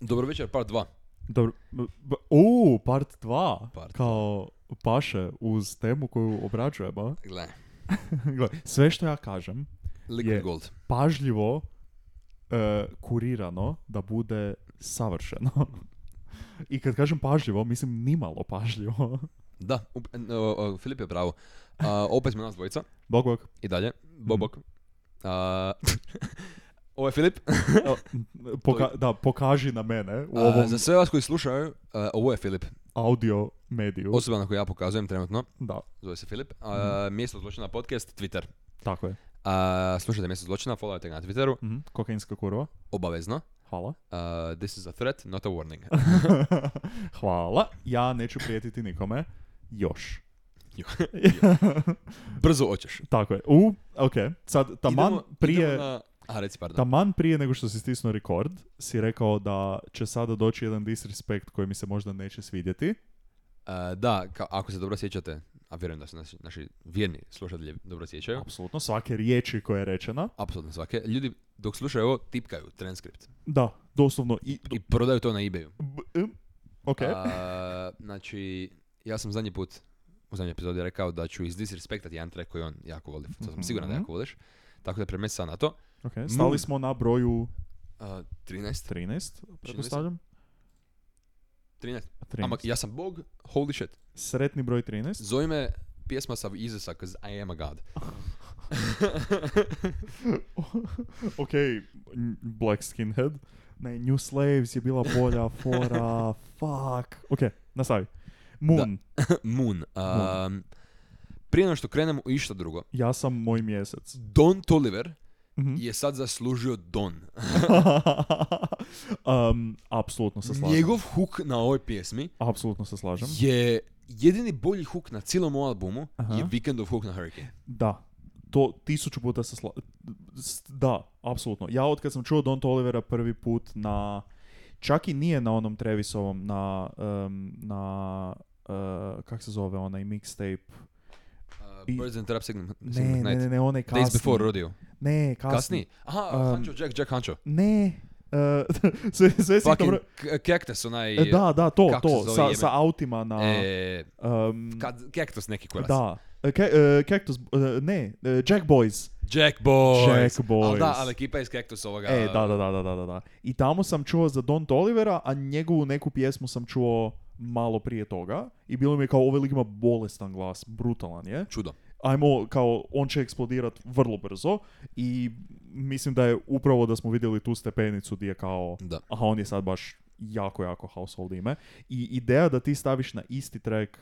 Dobro večer, part 2. Dobro, u, part 2, Part kao paše uz temu koju obrađujemo. Gle, Gle, Sve što ja kažem, Liquid Je. Gold. pažljivo e, kurirano da bude savršeno. I kad kažem pažljivo, mislim nimalo pažljivo. Da, up, n- o, o, Filip je pravo. A, opet smo nas dvojica Bog, bog. i dalje. Bobok. Mhm. A, ovo je Filip. E, poka- da, pokaži na mene u A, ovom za sve vas koji slušaju, a, ovo je Filip. audio mediju. Osoba na koju ja pokazujem trenutno. Da, Zove se Filip. A, Mhm. mjesto zločina podcast, Twitter. tako je. A, slušajte mjesto zločina, followajte ga na Twitteru. Mhm, Kokainska kurva. Obavezno. Hvala. A, this is a threat, not a warning. Hvala. Ja neću prijetiti nikome. Još. Jo. Brzo hoćeš. Tako je. U, ok. Sad, taman Idemo- prije... idemo na- A, reci, pardon. Taman prije nego što si stisnuo rekord, si rekao da će sada doći jedan disrespekt koji mi se možda neće svidjeti. E, da, ka- ako se dobro sjećate, a vjerujem da se naši, naši vjerni slušatelji dobro sjećaju, Apsolutno, svake riječi koja je rečena. apsolutno svake, ljudi dok slušaju ovo tipkaju transkript Da, doslovno. I, i prodaju to na ebayu. b- m, ok, A, znači, ja sam zadnji put u zadnjoj epizodi rekao da ću izdisrespektati jedan track koji on jako voli, to sam siguran da Mhm. jako voliš, tako da premeti sad na to. E, ok. Stali Moon. smo na broju A, 13? 13, pretpostavljam. 13. 13. Ama, ja sam bog, holy shit. Sretni broj 13. Zove me pjesma sa Izusa, cause I am a god. ok, n- Black Skinhead. Ne, New Slaves je bila bolja fora, fuck. Ok, nastavi. Moon, Moon. A, prije nego što krenem u išta drugo, ja sam moj mjesec. Don Toliver Mhm. je sad zaslužio Don. um, apsolutno se slažem. Njegov hook na ovoj pjesmi Apsolutno se slažem. je jedini bolji hook na cijelom ovom albumu Aha. je Weekendov hook na Hurricane. Da. To tisuću puta se slažem. Da, apsolutno. Ja od kad sam čuo Don Olivera prvi put na... Čak i nije na onom Trevisovom, na... em, na eh, kak se zove onaj mixtape? Uh, I- Birds and Trap Signal, Ne, Signal ne, Night. ne, ne, onaj kasni. Days Before Rodeo. Ne, kasni. Kasni. Aha, Um, Hancho, Jack, Jack Hancho. Ne. eh, sve, sve si Fucking dobro... k- Cactus, onaj... E, Da, da, to, kako se to. zove Sa, jebe? sa autima na... um, E, em, kad, Cactus neki kurac. Da. E, Ke, e, Cactus, e, ne, e, Jack Boys. Jack Boys. Jack Boys. Ali da, ali ekipa iz Cactus ovoga. E, da, da, da, da, da, da, da. I tamo sam čuo za Don Olivera, a njegovu neku pjesmu sam čuo malo prije toga. I bilo mi je kao, ovaj lik ima bolestan glas, brutalan je. Čudo. Ajmo, kao, on će eksplodirat vrlo brzo. I mislim da je upravo da smo vidjeli tu stepenicu gdje je kao, Da. aha, on je sad baš jako, jako household ime. I ideja da ti staviš na isti track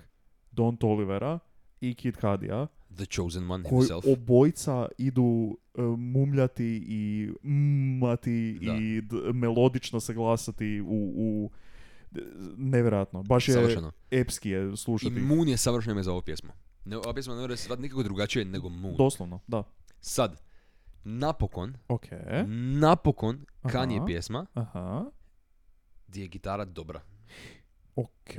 Don Olivera i Kid Kadija, The Chosen One koji himself. obojica idu e, mumljati i mmati Da. i d- melodično se glasati u, u d- nevjerojatno. Baš je Savršeno. epski je I slušati. Moon je savršeno ime za ovu pjesmu. Ne, ova pjesma ne mora se zvati nikako drugačije nego Moon. Doslovno, da. Sad, napokon, Ok. napokon Kanye E? Aha. pjesma Aha. gdje je gitara dobra. Ok.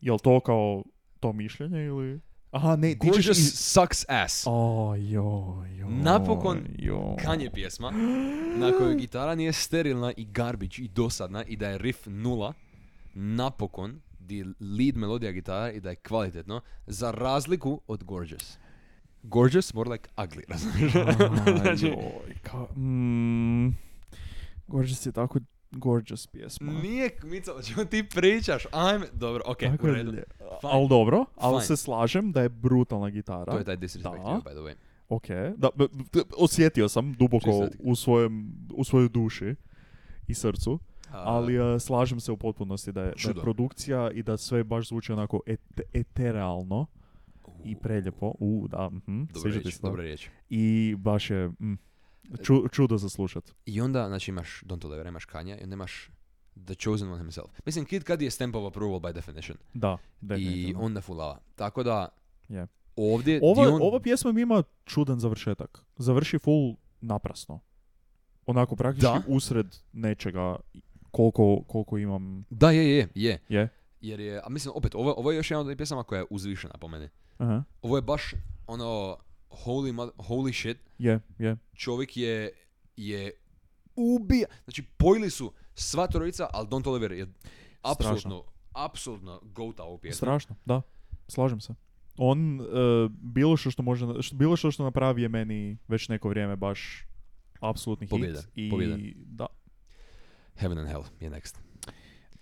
Jel to kao to mišljenje ili... Aha, ne, ti ćeš... Gorgeous Iz... sucks ass. O, joj, joj, Napokon joj. Kanye pjesma na kojoj gitara nije sterilna i garbage i dosadna i da je riff nula. Napokon gdje je lead melodija gitara i da je kvalitetno za razliku od Gorgeous. Gorgeous more like ugly, razumiješ? Aj, Znači, joj, ka... Mm, gorgeous je tako gorgeous pjesma. Nije kmica, o čemu ti pričaš? Ajme, dobro, okej, Tako u je redu. lje- Fine. Ali dobro, ali Fine. se slažem da je brutalna gitara. To je taj disrespect, Da. je, by the way. Ok, da, b- b- osjetio sam duboko Čisto. u, svojem, u svojoj duši i srcu, ali eh, slažem se u potpunosti da je, da je čudo. produkcija i da sve baš zvuči onako et- eterealno i preljepo. U, da, mhm, Dobra sviđa ti riječ, se to. dobra riječ. I baš je mm, ču- čudo za slušat. I onda, znači imaš Don Toliver, imaš Kanja i onda imaš The Chosen One himself. Mislim, Kid Cudi je stamp of approval by definition. Da, I definitivno. onda fulava. Tako da, Je. ovdje Ova, Dion... ova pjesma mi ima čudan završetak. Završi full naprasno. Onako, praktički Da. usred nečega koliko, koliko imam. Da, je, je, je. Je? Jer je, a mislim, opet, ovo, ovo je još jedna od onih pjesama koja je uzvišena po meni. Aha. Ovo je baš, ono, holy, mother- holy shit, Je, je. čovjek je, je ubija, znači pojili su Sva trojica, ali Don Toliver je apsolutno, apsolutno gouta ovu pjesmu. Strašno, da. Slažem se. On, e, bilo, što što može, što- bilo što što napravi je meni već neko vrijeme baš apsolutni hit. Pobjeda, I, pobjeda. Da. Heaven and Hell je next.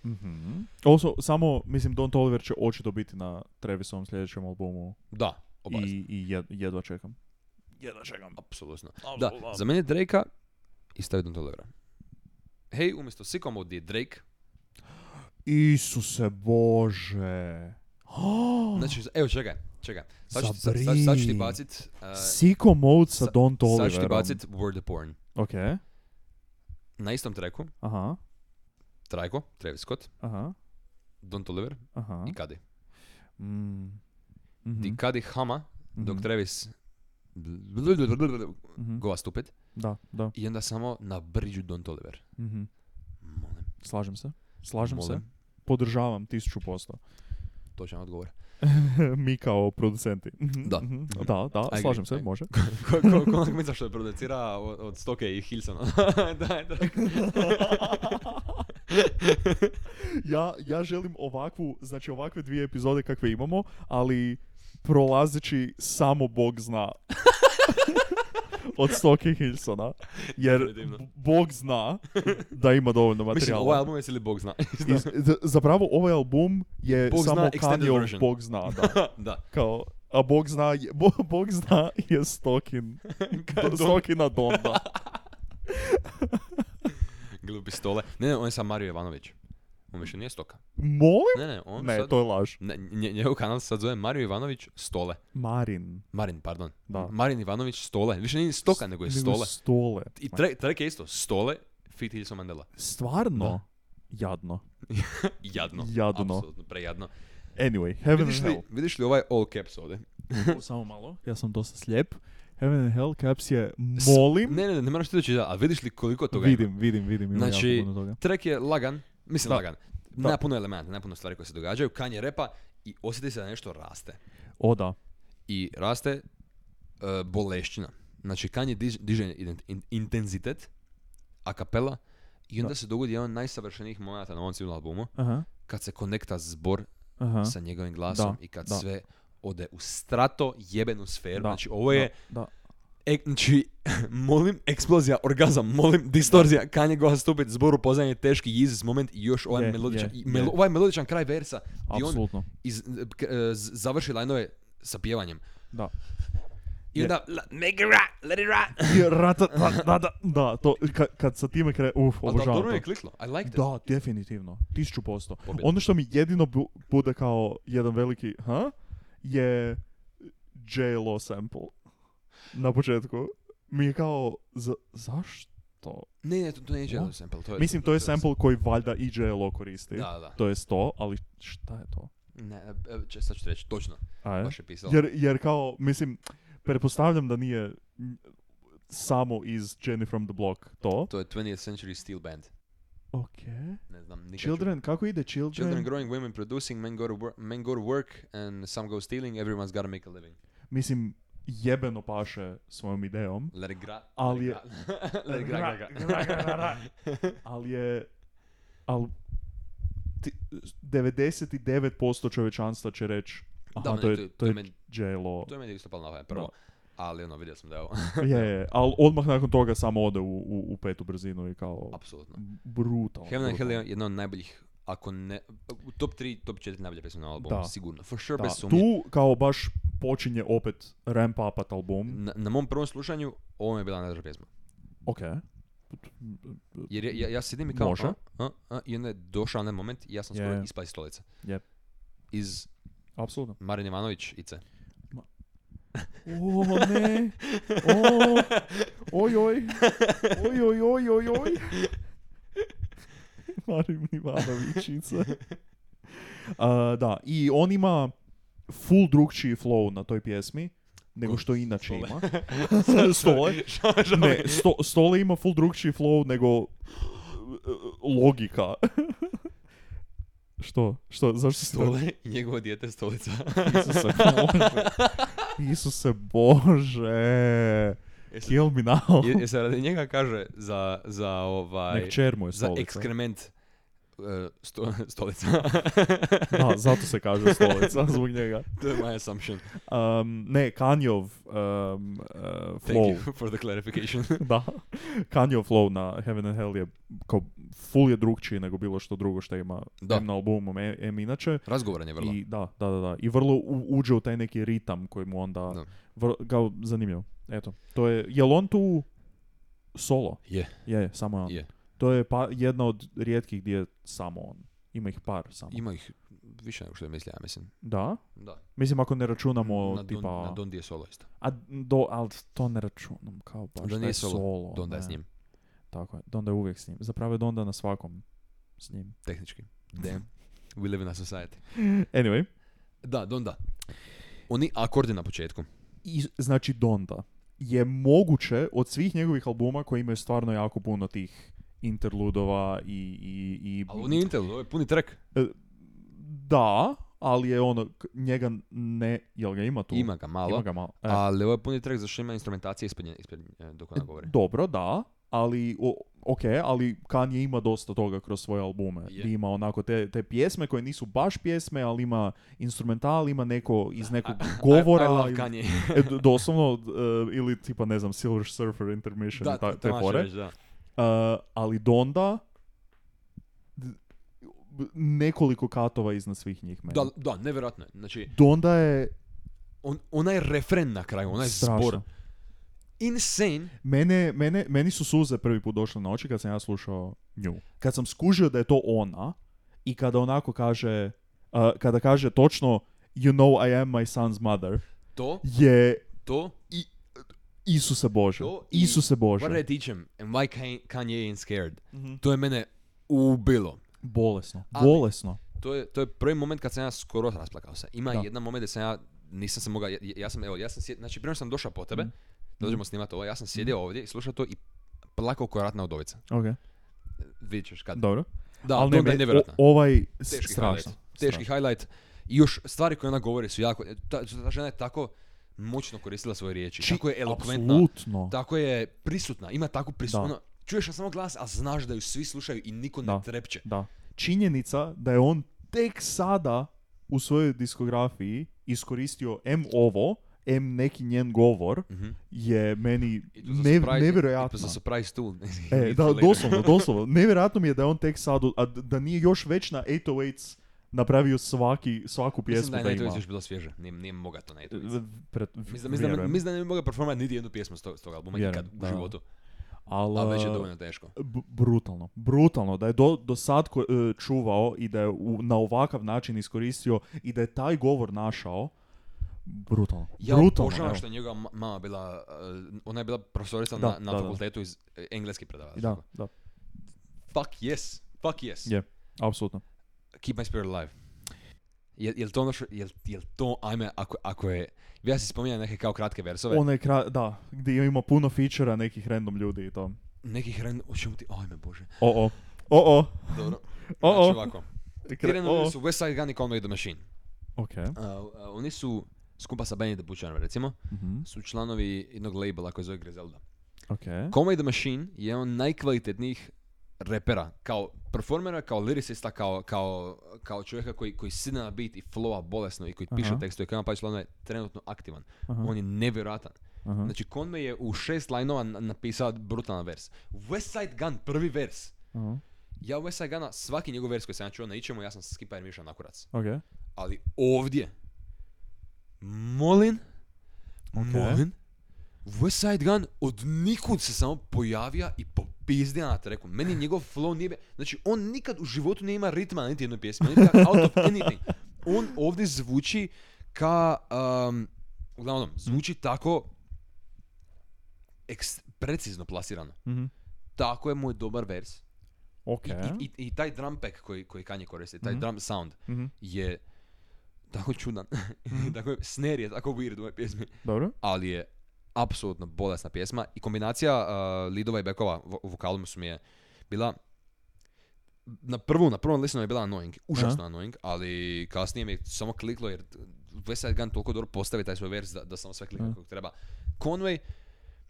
Mhm. Also, samo, mislim, Don Toliver će očito biti na Travisovom sljedećem albumu Da, obavezno. i, i jed- jedva čekam. Jedva čekam. Apsolutno. Da, za mene je Drake-a i stavi Don Tolivera. Hej, umjesto Sycamore di je Drake, Isuse Bože. Oh, znači, evo čekaj, čekaj. Sad ću, ti- sad, Zabri. sad, sad ću ti bacit, uh, Sicko Mode sa sa- Don Toliverom. sad ću ti bacit Word Porn. Ok, Na istom treku, aha, Trajko, Travis Scott, aha, Don Toliver aha. i Kadi. Mm. Mhm, Di Kadi hama, dok mhm, Travis mhm. gova stupid Da, da. i onda samo na briđu Don Toliver. Mhm. Molim, Slažem se. Slažem se. molim, Podržavam tisuću posto. točan odgovor. Mi kao producenti. Mhm, Da. mhm. Da, da, agree, slažem I se, agree. može. Ko- ko- ko utakmica što je producira od, od Stoke i Hilsona. da, je Drake. ja, ja želim ovakvu, znači ovakve dvije epizode kakve imamo, ali prolazeći samo Bog zna. Od Stoke Hilsona. Jer Definitivno. b- Bog zna da ima dovoljno Mislim, materijala. ovaj album je li Bog zna. Iz- z- zapravo ovaj album je Bog samo zna extended Kanye version. Bog zna, da. da. Kao, a Bog zna, je, Bo- Bog zna je Stokin. Kad Stokina Donda. Glupi stole. Ne, ne, on je sam Mario Ivanović. On više nije stoka. Molim? Ne, ne, on Ne, sad... to je laž. Ne, nje- njegov kanal se sad zove Mario Ivanović Stole. Marin. Marin, pardon. Da. Marin Ivanović Stole. Više nije ni stoka, nego je Nego Stole. Stole. Znači, I tre, trek je isto. Stole, Fit Hilson Mandela. Stvarno? Da. Jadno. Jadno. Jadno. Apsolutno, prejadno. Anyway, Heaven Vidiš and li, Hell. vidiš li ovaj all caps ovdje? Samo malo, ja sam dosta slijep. Heaven and Hell Caps je, molim, Ne, ne, ne, ne moraš ti doći da, a vidiš li koliko toga ima? vidim, vidim, vidim, ima Znači, jako puno toga. Trek je lagan, mislim Da. lagan. Da. Nema puno elementa, nema puno stvari koje se događaju. Kanje repa i osjeti se da nešto raste. O da, I raste e, bolešćina. Znači Kanje diž- diže ident- in- intenzitet, a kapela, i onda Da. se dogodi jedan od najsavršenijih momenata na ovom civilnom albumu, aha, kad se konekta zbor aha. sa njegovim glasom Da, i kad da. sve ode u strato jebenu sferu. Da, Znači ovo je, Da, ek- znači, molim, eksplozija, orgazam, molim, distorzija, Kanye Goa stupit, zbor upoznan teški Yeezus moment i još ovaj, Je, melodičan, je, i melo- je. ovaj melodičan kraj versa da, i on apsolutno. iz, k- e, z- završi lajnove sa pjevanjem. Da. I onda, la- make it right, let it right. I rata, da, da, da, da, to, kad, kad sa time kre, uf, Ali da, obožavam dobro to. mi je kliklo, I liked it. Da, definitivno, tisuću posto. Pobjeda. Ono što mi jedino bu- bude kao jedan veliki, ha, je JLO sample na početku. Mi je kao, za, zašto? Ne, ne, to, to nije What? jedan sample. To je, Mislim, to je sample koji valjda i JLO koristi. Pa, Da, da. To je to, ali šta je to? Ne, e, če- sad ću ti reći, točno, A je? baš je pisalo. E? Jer, jer kao, mislim, pretpostavljam da nije mm, samo iz Jenny from the Block to. To je 20th Century Steel Band. Ok. Ne znam, nikad čuo. Children, kako ide Children? Children growing, women producing, men go, to wor- men go to work and some go stealing, everyone's gotta make a living. Mislim, jebeno paše svojom idejom, Let it gra. Ali je- let it gra. Let it gra, gra, gra. Gra, gra, gra, gra. ali je... Al, ti, 99% čovječanstva će reći Aha, meni- to to je- je, to to je je meni- JLO. To je meni isto palo na pamet prvo. Ali ono, vidio sam da je ovo, Je, je, ali odmah nakon toga samo ode u, u, u petu brzinu i kao... apsolutno. Brutal. Heaven and Hell brutal. je jedna od najboljih, ako ne, u top 3, top 4 najbolje pjesme na albumu, Da. sigurno. For sure, Da, bez sumnje. tu kao baš počinje opet ramp upat album. Na, na mom prvom slušanju, ovo mi je bila najdraža pjesma. Ok. Jer ja, ja, ja sjedim i kao, Može. a, a, a, i onda je došao onaj moment i ja sam skoro Je. ispao iz stolice. Jep. Iz Apsolutno. Marin Ivanović Ice. O, ne. O, oj, oj. Oj, oj, oj, oj, oj. Marim Ivanovićica. A, da, i on ima full drugčiji flow na toj pjesmi nego što inače ima. Stole. Ne, sto, Stole ima full drugčiji flow nego uh, logika. što? Što? Zašto si tako- Stole i njegovo dijete stolica. Isuse Bože. Isuse Bože. Jes- Kill me now. Je, se radi njega kaže za, za ovaj... Nek čer mu je za stolica. ekskrement e, sto, stolica. Da, zato se kaže stolica, zbog njega. to je my assumption. Um, ne, Kanjov um, uh, Thank flow. you for the clarification. da. Kanjov flow na Heaven and Hell je kao full je drugčiji nego bilo što drugo što ima Da. em na albumu, em, em inače. Razgovoran je vrlo. I da, da, da, da. I vrlo u- uđe u taj neki ritam koji mu onda Da. vr- kao zanimljivo. Eto, to je, jel on tu solo? Je. Je, samo je on. Je. To je pa, jedna od rijetkih gdje je samo on. Ima ih par samo. Ima ih više nego što je mislio, ja mislim. Da? Da. Mislim ako ne računamo na, tipa... don, na Don Di je solo isto. A do, ali to ne računam, kao baš Don da je nije solo. solo, Don da je ne. s njim, Tako je, Donda je uvijek s njim. Zapravo je Donda na svakom s njim. tehnički. Damn. We live in a society. Anyway, Da, Don da. Oni akordi na početku. i, znači Donda je moguće od svih njegovih albuma koji imaju stvarno jako puno tih interludova i... i, i Ali on je Intel, ovo je puni track. Da, ali je ono, k- njega ne... Jel ga ima tu? Ima ga malo. Ima ga malo. E. Ali ovo je puni track zašto ima instrumentacije ispred nje, ispred nje, e, dok ona govori. Dobro, da, ali o, ok, ali Kanye ima dosta toga kroz svoje albume. Je. Di Ima onako te, te pjesme koje nisu baš pjesme, ali ima instrumental, ima neko iz nekog govora. I, I love ili- Kanye. e, d- doslovno, d- e, ili tipa, ne znam, Silver Surfer Intermission da, i ta, to- te to možeš fore. reći, da. E, ali Donda d- b- nekoliko katova iznad svih njih meni. Da, da, nevjerojatno je. Znači, Donda je on, onaj refren na kraju, onaj strašno. zbor. Insane. Mene, mene, meni su suze prvi put došle na oči kad sam ja slušao nju. Kad sam skužio da je to ona i kada onako kaže, a, kada kaže točno You know I am my son's mother To, je to, i Isuse Bože. To i- Isuse Bože. what did I teach him? And why Kan- Kanye ain't scared? To je mene ubilo. Bolesno. Ali- Bolesno. To je, to je prvi moment kad sam ja skoro rasplakao se. Ima Da. jedan moment gdje sam ja, nisam se mogao, ja, ja sam, evo, ja sam sjed, znači prije nego što sam došao po tebe, Mm. da dođemo snimati ovo, ja sam sjedio ovdje i slušao to i plakao koja ratna udovica. Ok, Vidjet ćeš kad. dobro. Da, Ali ali ne, je meni- nevjerojatno. o- ovaj s- Teški strašno. highlight. Teški highlight. I još stvari koje ona govori su jako, ta, ta žena je tako moćno koristila svoje riječi. tako je elokventna. Apsolutno. Tako je prisutna, ima takvu Da. prisutno. Čuješ na samo glas, a znaš da ju svi slušaju i niko Da. ne trepće. Da. Činjenica da je on tek sada u svojoj diskografiji iskoristio M ovo, M neki njen govor, je meni Mhm. I to za ne, surprise- nevjerojatno. i to za surprise tool. E, da, doslovno, doslovno. Nevjerojatno mi je da je on tek sad, u- a d- da nije još već na 808s napravio svaki, svaku pjesmu Mislim da da, je Nate ima. Wiz još bilo svježe, nije, nije moga to Nate Wiz. Pret- Mislim, da- mislim, da- vjerujem. mislim da ne bi mogao performati niti jednu pjesmu s tog, s tog albuma Vjerujem, nikad u da. životu. ali, Ali već je dovoljno teško. b- brutalno, brutalno, da je do, do sad ko- e, čuvao i da je u- na ovakav način iskoristio i da je taj govor našao, brutalno, Ja brutalno. obožavam evo. što je njegova ma- mama bila, uh, ona je bila profesorica Da, na, na da, da. fakultetu iz e, engleski predavala. Da, tako. da, Fuck yes, fuck yes. je, apsolutno. Keep my spirit alive. Jel, jel to ono što, jel, jel to, ajme, ako, ako je, ja se spominjam neke kao kratke versove, Onaj kra- da, gdje ima puno featura nekih random ljudi i to. nekih ren, o čemu ti, ajme bože. O, o, o, o, Dobro, O, o. znači ovako. Ti Kre- o, o. su West Side Gun i Conway the Machine. Ok. Uh, uh, oni su, skupa sa Benny the Butcherom recimo, Mhm. su članovi jednog labela koji se zove Griselda. Ok. Conway the Machine je jedan od najkvalitetnijih repera, kao performera, kao lyricista, kao, kao, kao čovjeka koji, koji sine na beat i flowa bolesno i koji piše Aha. tekstove, kao pa je trenutno aktivan. Aha. On je nevjerojatan. Aha. Znači Conway je u šest lajnova na- napisao brutalan vers. West Side Gun, prvi vers. Aha. Ja West Side Guna, svaki njegov vers koji sam ja čuo na ičemu, ja sam skipao jer mi je išao na kurac. Ok. Ali ovdje, molim, molim, West Side Gun od nikud se samo pojavija i popizdija na treku. Meni njegov flow nije... be- Znači, on nikad u životu nije ima ritma na niti jednoj pjesmi. On je tak out of anything. On ovdje zvuči ka... Um, uglavnom, zvuči tako eks- precizno plasirano. Mhm. Tako je moj dobar vers. Ok. I, i, i taj drum pack koji, koji Kanye koristi, taj drum sound Mhm. je tako čudan. tako je, snare je tako weird u ovoj pjesmi. Dobro. Ali je apsolutno bolesna pjesma i kombinacija uh, lidova i bekova vo- u vokalu su mi je bila na prvu, na prvom listenu je bila annoying, užasno annoying, ali kasnije mi je samo kliklo Mhm. jer West Side Gun toliko dobro postavi taj svoj vers da, da samo sve klika Aha. kako treba. Conway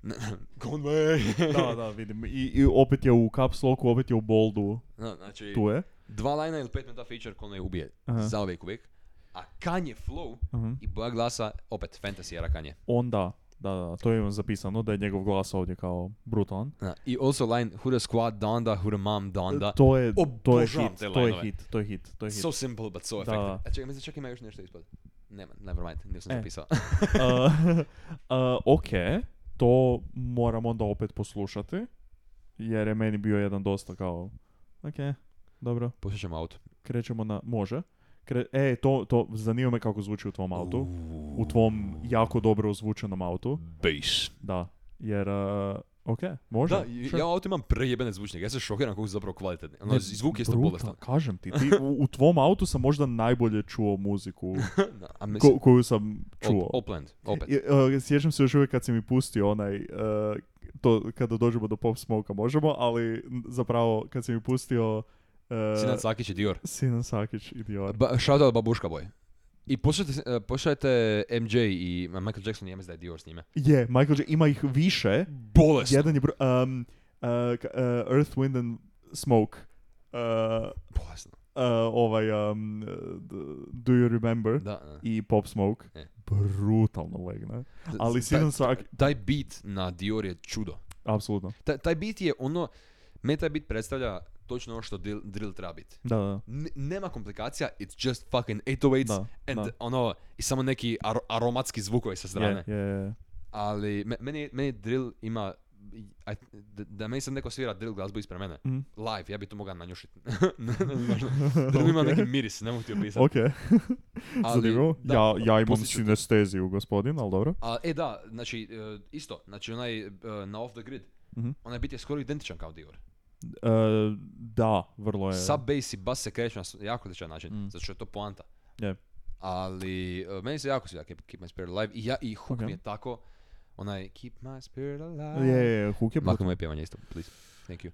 Conway! Da, da, vidim. I, i opet je u caps locku, opet je u boldu. No, znači, Tu je. dva lajna ili pet minuta feature Conway ubije. Aha. Zauvijek uvijek. A Kanye flow Mhm. i boja glasa, opet fantasy Kanye. Onda, da, da, to imam zapisano, da je njegov glas ovdje kao brutalan. Da, I also line Who the squad donda, who the mom donda. To je, to je Obožavam hit, te to je lineove. hit, to je hit, to je hit. So simple but so Da. effective. A čekaj, mislim, čak ima još nešto ispod. Nema, never mind, nisam E. zapisao. Uh, uh, ok, to moram onda opet poslušati, jer je meni bio jedan dosta kao, ok, dobro, Pustit ćemo auto. krećemo na, može. Kre, e, to, to, zanima me kako zvuči u tvom autu, u tvom jako dobro ozvučenom autu, Bass. da, jer, uh, ok, može. Da, i- sure. ja ovdje imam prejebene zvučnike, ja sam šokiran kako su zapravo kvalitetni. Ono, Ne, zvuk je isto brutal, bolestan. Kažem ti, ti u, u tvom autu sam možda najbolje čuo muziku Da, a mislim, ko, koju sam čuo. op, Opland, opet. I, e, sjećam se još uvijek kad si mi pustio onaj, e, to kada dođemo do Pop Smoka možemo, ali n- zapravo kad si mi pustio uh, Sinan Sakić i Dior. Sinan Sakić i Dior. Ba, shout out Babuška Boy. I poslušajte, eh, poslušajte MJ i ma, Michael Jackson, ja mislim da je Dior s njime. Je, Michael J. ima ih više. Bolest! Jedan je bro, um, e, k- e, Earth, Wind and Smoke. E, e, Bolesno. ovaj, um, e, d- Do You Remember? Da, da. I Pop Smoke. E. Brutalno legne. Z- Ali z- Sinan taj, Sakić, taj beat na Dior je čudo. apsolutno. Taj, taj beat je ono, meni taj beat predstavlja točno ono što drill, drill treba biti. Da, da. N- nema komplikacija, it's just fucking 808s Da, and da. ono, i samo neki ar- aromatski zvukovi sa strane. Je, je, je. Ali me- meni, meni drill ima I- da, da meni sad neko svira drill glazbu ispred mene, Mm. live, ja bi to mogao nanjušiti. Ne, ne, znaš, drill ima neki miris, ne mogu ti opisati. Ok, Ali, zanimljivo. da, Ja, ja imam pustit ću to. sinesteziju, gospodin, ali dobro. A, e da, znači, e, isto, znači onaj e, na off the grid, Mhm. onaj bit je skoro identičan kao Dior. E, da, vrlo Pa je. Sub bass i bass se kreću na s- jako sličan način, Mm. zato što je to poanta. Je. Ali e, meni se jako sviđa Keep, Keep My Spirit Alive i, ja, i hook Ok. mi je tako, onaj Keep My Spirit Je, Alive. je, je, hook je Makno brutal. moje pjevanje isto, please. Thank you.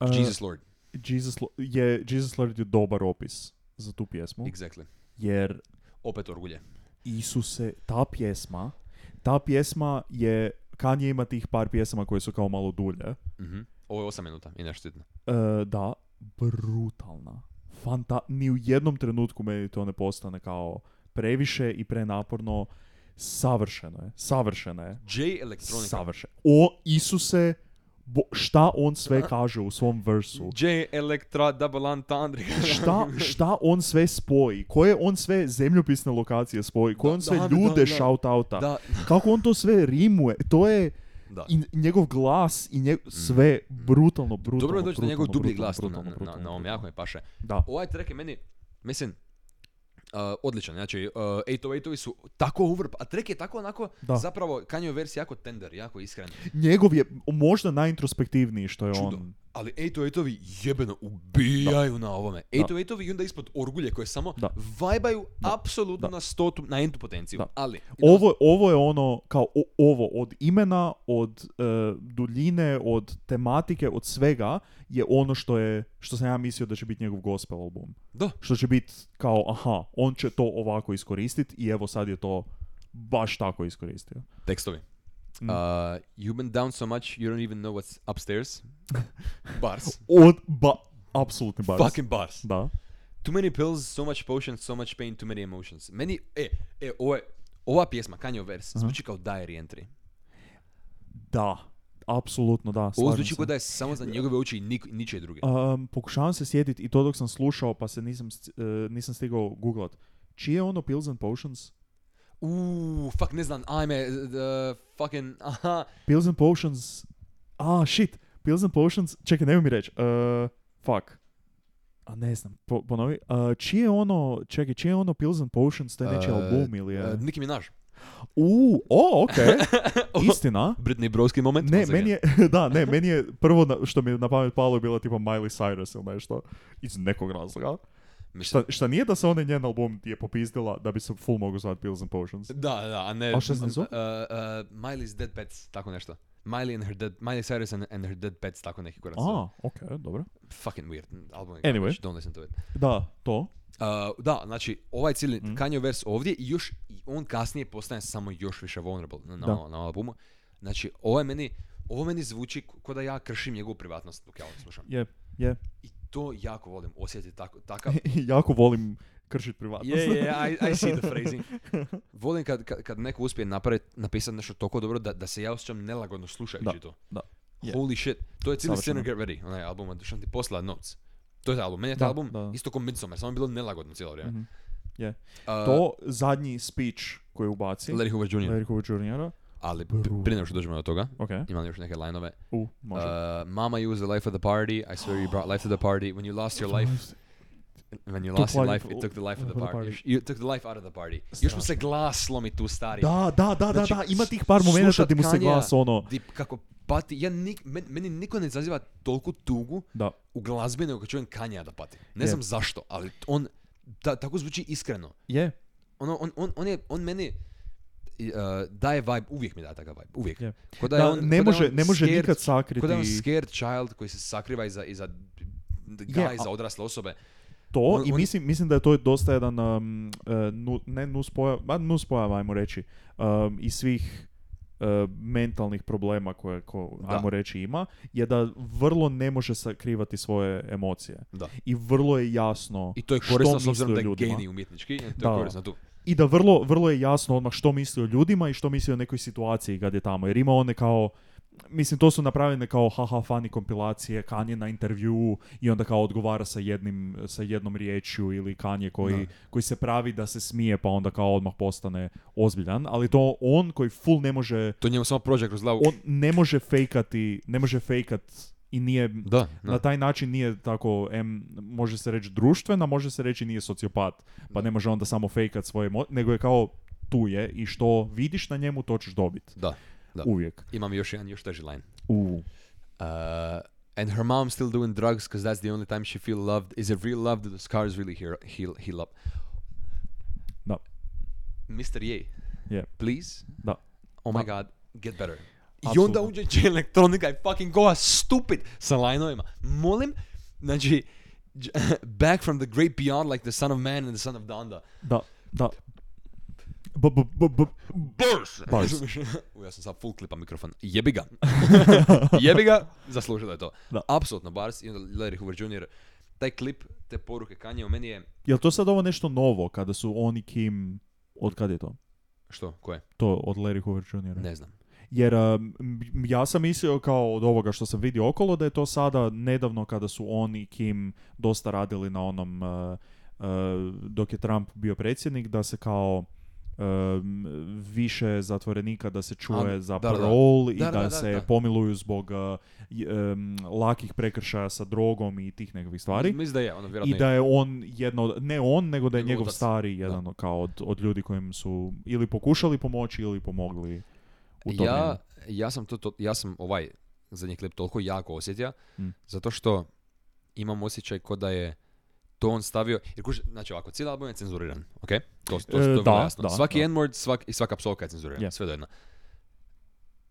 E, Jesus Lord, Jesus Lo- je, Jesus Lord je dobar opis za tu pjesmu, exactly. jer Opet orgulje. Isuse, ta pjesma, ta pjesma je, Kanye ima tih par pjesama koje su kao malo dulje. Mhm. Ovo je 8 minuta i nešto sitno. E, da, brutalna. Fanta ni u jednom trenutku meni to ne postane kao previše i prenaporno. Savršeno je, savršeno je. J Electronica. Savršen. O Isuse, bo, šta on sve kaže u svom versu? J Electra Double Entendre. Šta, šta on sve spoji? Koje on sve zemljopisne lokacije spoji? Koje Da, on sve da, da, ljude da. shout-outa? da, Kako on to sve rimuje? To je da. i njegov glas i njeg- sve brutalno, brutalno, Mm. Dobro je doći do brutalno, njegov dublji brutalno, glas tu na, brutalno, na- na, brutalno, na ovom, brutalno. jako mi paše. Da. Ovaj track je meni, mislim, uh, odličan. Znači, uh, 808-ovi su tako over, a track je tako onako, Da. zapravo, Kanye vers jako tender, jako iskren. Njegov je možda najintrospektivniji što je Čudo. on. Ali 808-ovi jebeno ubijaju na ovome. 808-ovi i onda ispod orgulje koje samo Da. vibaju apsolutno Da. na stotu, na entu potenciju. Da. Ali, Ovo, ovo je ono, kao o- ovo, od imena, od e, duljine, od tematike, od svega, je ono što je, što sam ja mislio da će biti njegov gospel album. da, Što će biti kao, aha, on će to ovako iskoristiti i evo sad je to baš tako iskoristio. tekstovi. Mm. Uh, you've been down so much you don't even know what's upstairs. Bars. Od, ba, apsolutni bars. Fucking bars. Da. Too many pills, so much potions, so much pain, too many emotions. Meni, e, e, ovo je, ova pjesma, Kanye Verse, zvuči kao diary entry. Da. Apsolutno da. Ovo slažem zvuči se. kao da je samo za njegove uči i nik, ničije druge. Um, pokušavam se sjetiti i to dok sam slušao pa se nisam, sci- e, nisam stigao googlat. Čije je ono Pills and Potions? Uuu, fuck, ne znam, ajme, the fucking, aha, Pills and Potions... A, shit! Pills and Potions... Čekaj, nemoj mi reći. E, fuck. A ne znam, po, ponovi. E, čije je ono... Čekaj, čije je ono Pills and Potions? To je nečiji E, album ili je... uh, Nicki Minaj. U, o, okej. Istina. Britney Broski moment. Ne, meni je, da, ne, meni je prvo na- što mi je na pamet palo je bila tipa Miley Cyrus ili nešto. Iz nekog razloga. Šta, šta nije da se onaj njen album je popizdila da bi se full mogu zvati Pills and Potions. Da, da, a ne... A šta se m- zove? uh, uh, Miley's Dead Pets, tako nešto. Miley and her dead, Miley Cyrus and, and her dead pets, tako neki kurac. zove. A, ok, dobro. Fucking weird. Album je garbage, Anyway. don't listen to it. Da, to. Uh, da, znači, ovaj cijeli Mhm. Kanye West ovdje i još, i on kasnije postane samo još više vulnerable na, na, Da. na albumu. Znači, ovo je meni, ovo meni zvuči kao da ja kršim njegovu privatnost dok ja ovo slušam. Je, je. I to jako volim osjetiti tako, takav... jako volim kršiti privatnost. Je, je, I, I see the phrasing. Volim kad, kad, kad neko uspije napraviti, napisati nešto toliko dobro da, da se ja osjećam nelagodno slušajući Da. to. Da. Je. Holy shit. To je cijeli Savršeno. Sinner Get Ready, onaj album od što sam ti posla Notes. To je taj album. Meni je Da, taj album da. isto kao Midsommar, samo je bilo nelagodno cijelo vrijeme. Mhm. Je. A, To zadnji speech koji ubaci Larry Hoover Jr. Larry Hoover Jr. Ali Bro. pr- prije nego što dođemo do toga, Ok, imam još neke lajnove. u, može. Uh, Mama, you was the life of the party. I swear you brought life to the party. When you lost your life, when you Took lost your life life, it took the life of the of the party. party. You took the life out of the party. Još mu se glas slomi tu stari. Da, da, da, da, Znači, da, ima tih par momenata slušat gdje mu se Kanyea, glas ono, Di kako pati, ja nik, men- meni niko ne izaziva toliku tugu da, u glazbi nego kad čujem Kanja da pati. Ne Je. znam zašto, ali on ta- tako zvuči iskreno. je, Ono, on, on, on, je, on meni i, uh, daje vibe, uvijek mi daje takav vibe, uvijek. Je. Ko da je da, on- ne ko da je može, on ne može scared- nikad Ko da je on sakriti scared child koji se sakriva iza, iza guy, a- iza odrasle osobe. to on- i on- mislim, mislim da je to dosta jedan, um, e, nu, ne nuspojava, ba nuspojava ajmo reći, um, i svih e, mentalnih problema koje, ko, Da. ajmo reći, ima, je da vrlo ne može sakrivati svoje emocije. Da. I vrlo je jasno I to je što korisno s misli obzirom o da je ljudima. genij umjetnički, to Da. je korisno tu. I da vrlo, vrlo je jasno odmah što misli o ljudima i što misli o nekoj situaciji kad je tamo. Jer ima one kao, mislim to su napravljene kao haha funny kompilacije, Kanye na intervjuu i onda kao odgovara sa, jednim, sa jednom riječju ili Kanye koji, koji se pravi da se smije pa onda kao odmah postane ozbiljan. Ali to on koji full ne može, To njemu samo prođe kroz glavu. on ne može fejkati, ne može fejkat i nije, da, da. na taj način nije tako, em, može se reći društvena, može se reći nije sociopat, pa ne može onda samo fejkat svoje emo- nego je kao tu je i što vidiš na njemu to ćeš dobit. da, da. Uvijek. Imam još jedan, još teži line. U. Uh, and her mom's still doing drugs because that's the only time she feel loved. Is it real love? Do the scars really heal, heal, heal up? Da. Mr. Ye, Je. please. Da. Oh my god, get better. I onda Apsolutno. uđe će elektronika i fucking goa stupid sa lajnovima. Molim, znači, dž- back from the great beyond like the son of man and the son of Donda. Da. Da. B- b- b- b- Bars! Bars. U, ja sam sad full klipa mikrofon. Jebi ga. Jebi ga, zaslužilo je to. Da. Apsolutno Bars i onda Larry Hoover Jr. Taj klip, te poruke Kanye u meni je... Jel to sad ovo nešto novo kada su oni Kim, od kad je to? Što? Koje? To od Larry Hoover Jr. Ne znam. Jer um, m- ja sam mislio kao od ovoga što sam vidio okolo da je to sada nedavno kada su oni i Kim dosta radili na onom uh, uh, dok je Trump bio predsjednik da se kao um, više zatvorenika da se čuje A, za da, da, da. parol i Da, da, da, da, se da. pomiluju zbog uh, i, um, lakih prekršaja sa drogom i tih nekakvih stvari. Mislim da je, ono, I vjerojatno da je on jedno, od- ne on, nego da je Njegov njegov otac. stari jedan kao od, od ljudi kojim su ili pokušali pomoći ili pomogli u je. tome. ja, ja sam to, to, ja sam ovaj zadnji klip toliko jako osjetio, Mm. zato što imam osjećaj ko da je to on stavio, jer kuži, znači ovako, cijeli album je cenzuriran, ok? To, to, to, E, je vrlo da, jasno. da, svaki da. N-word svak, i svaka psovka je cenzurirana, Je. sve do jedna.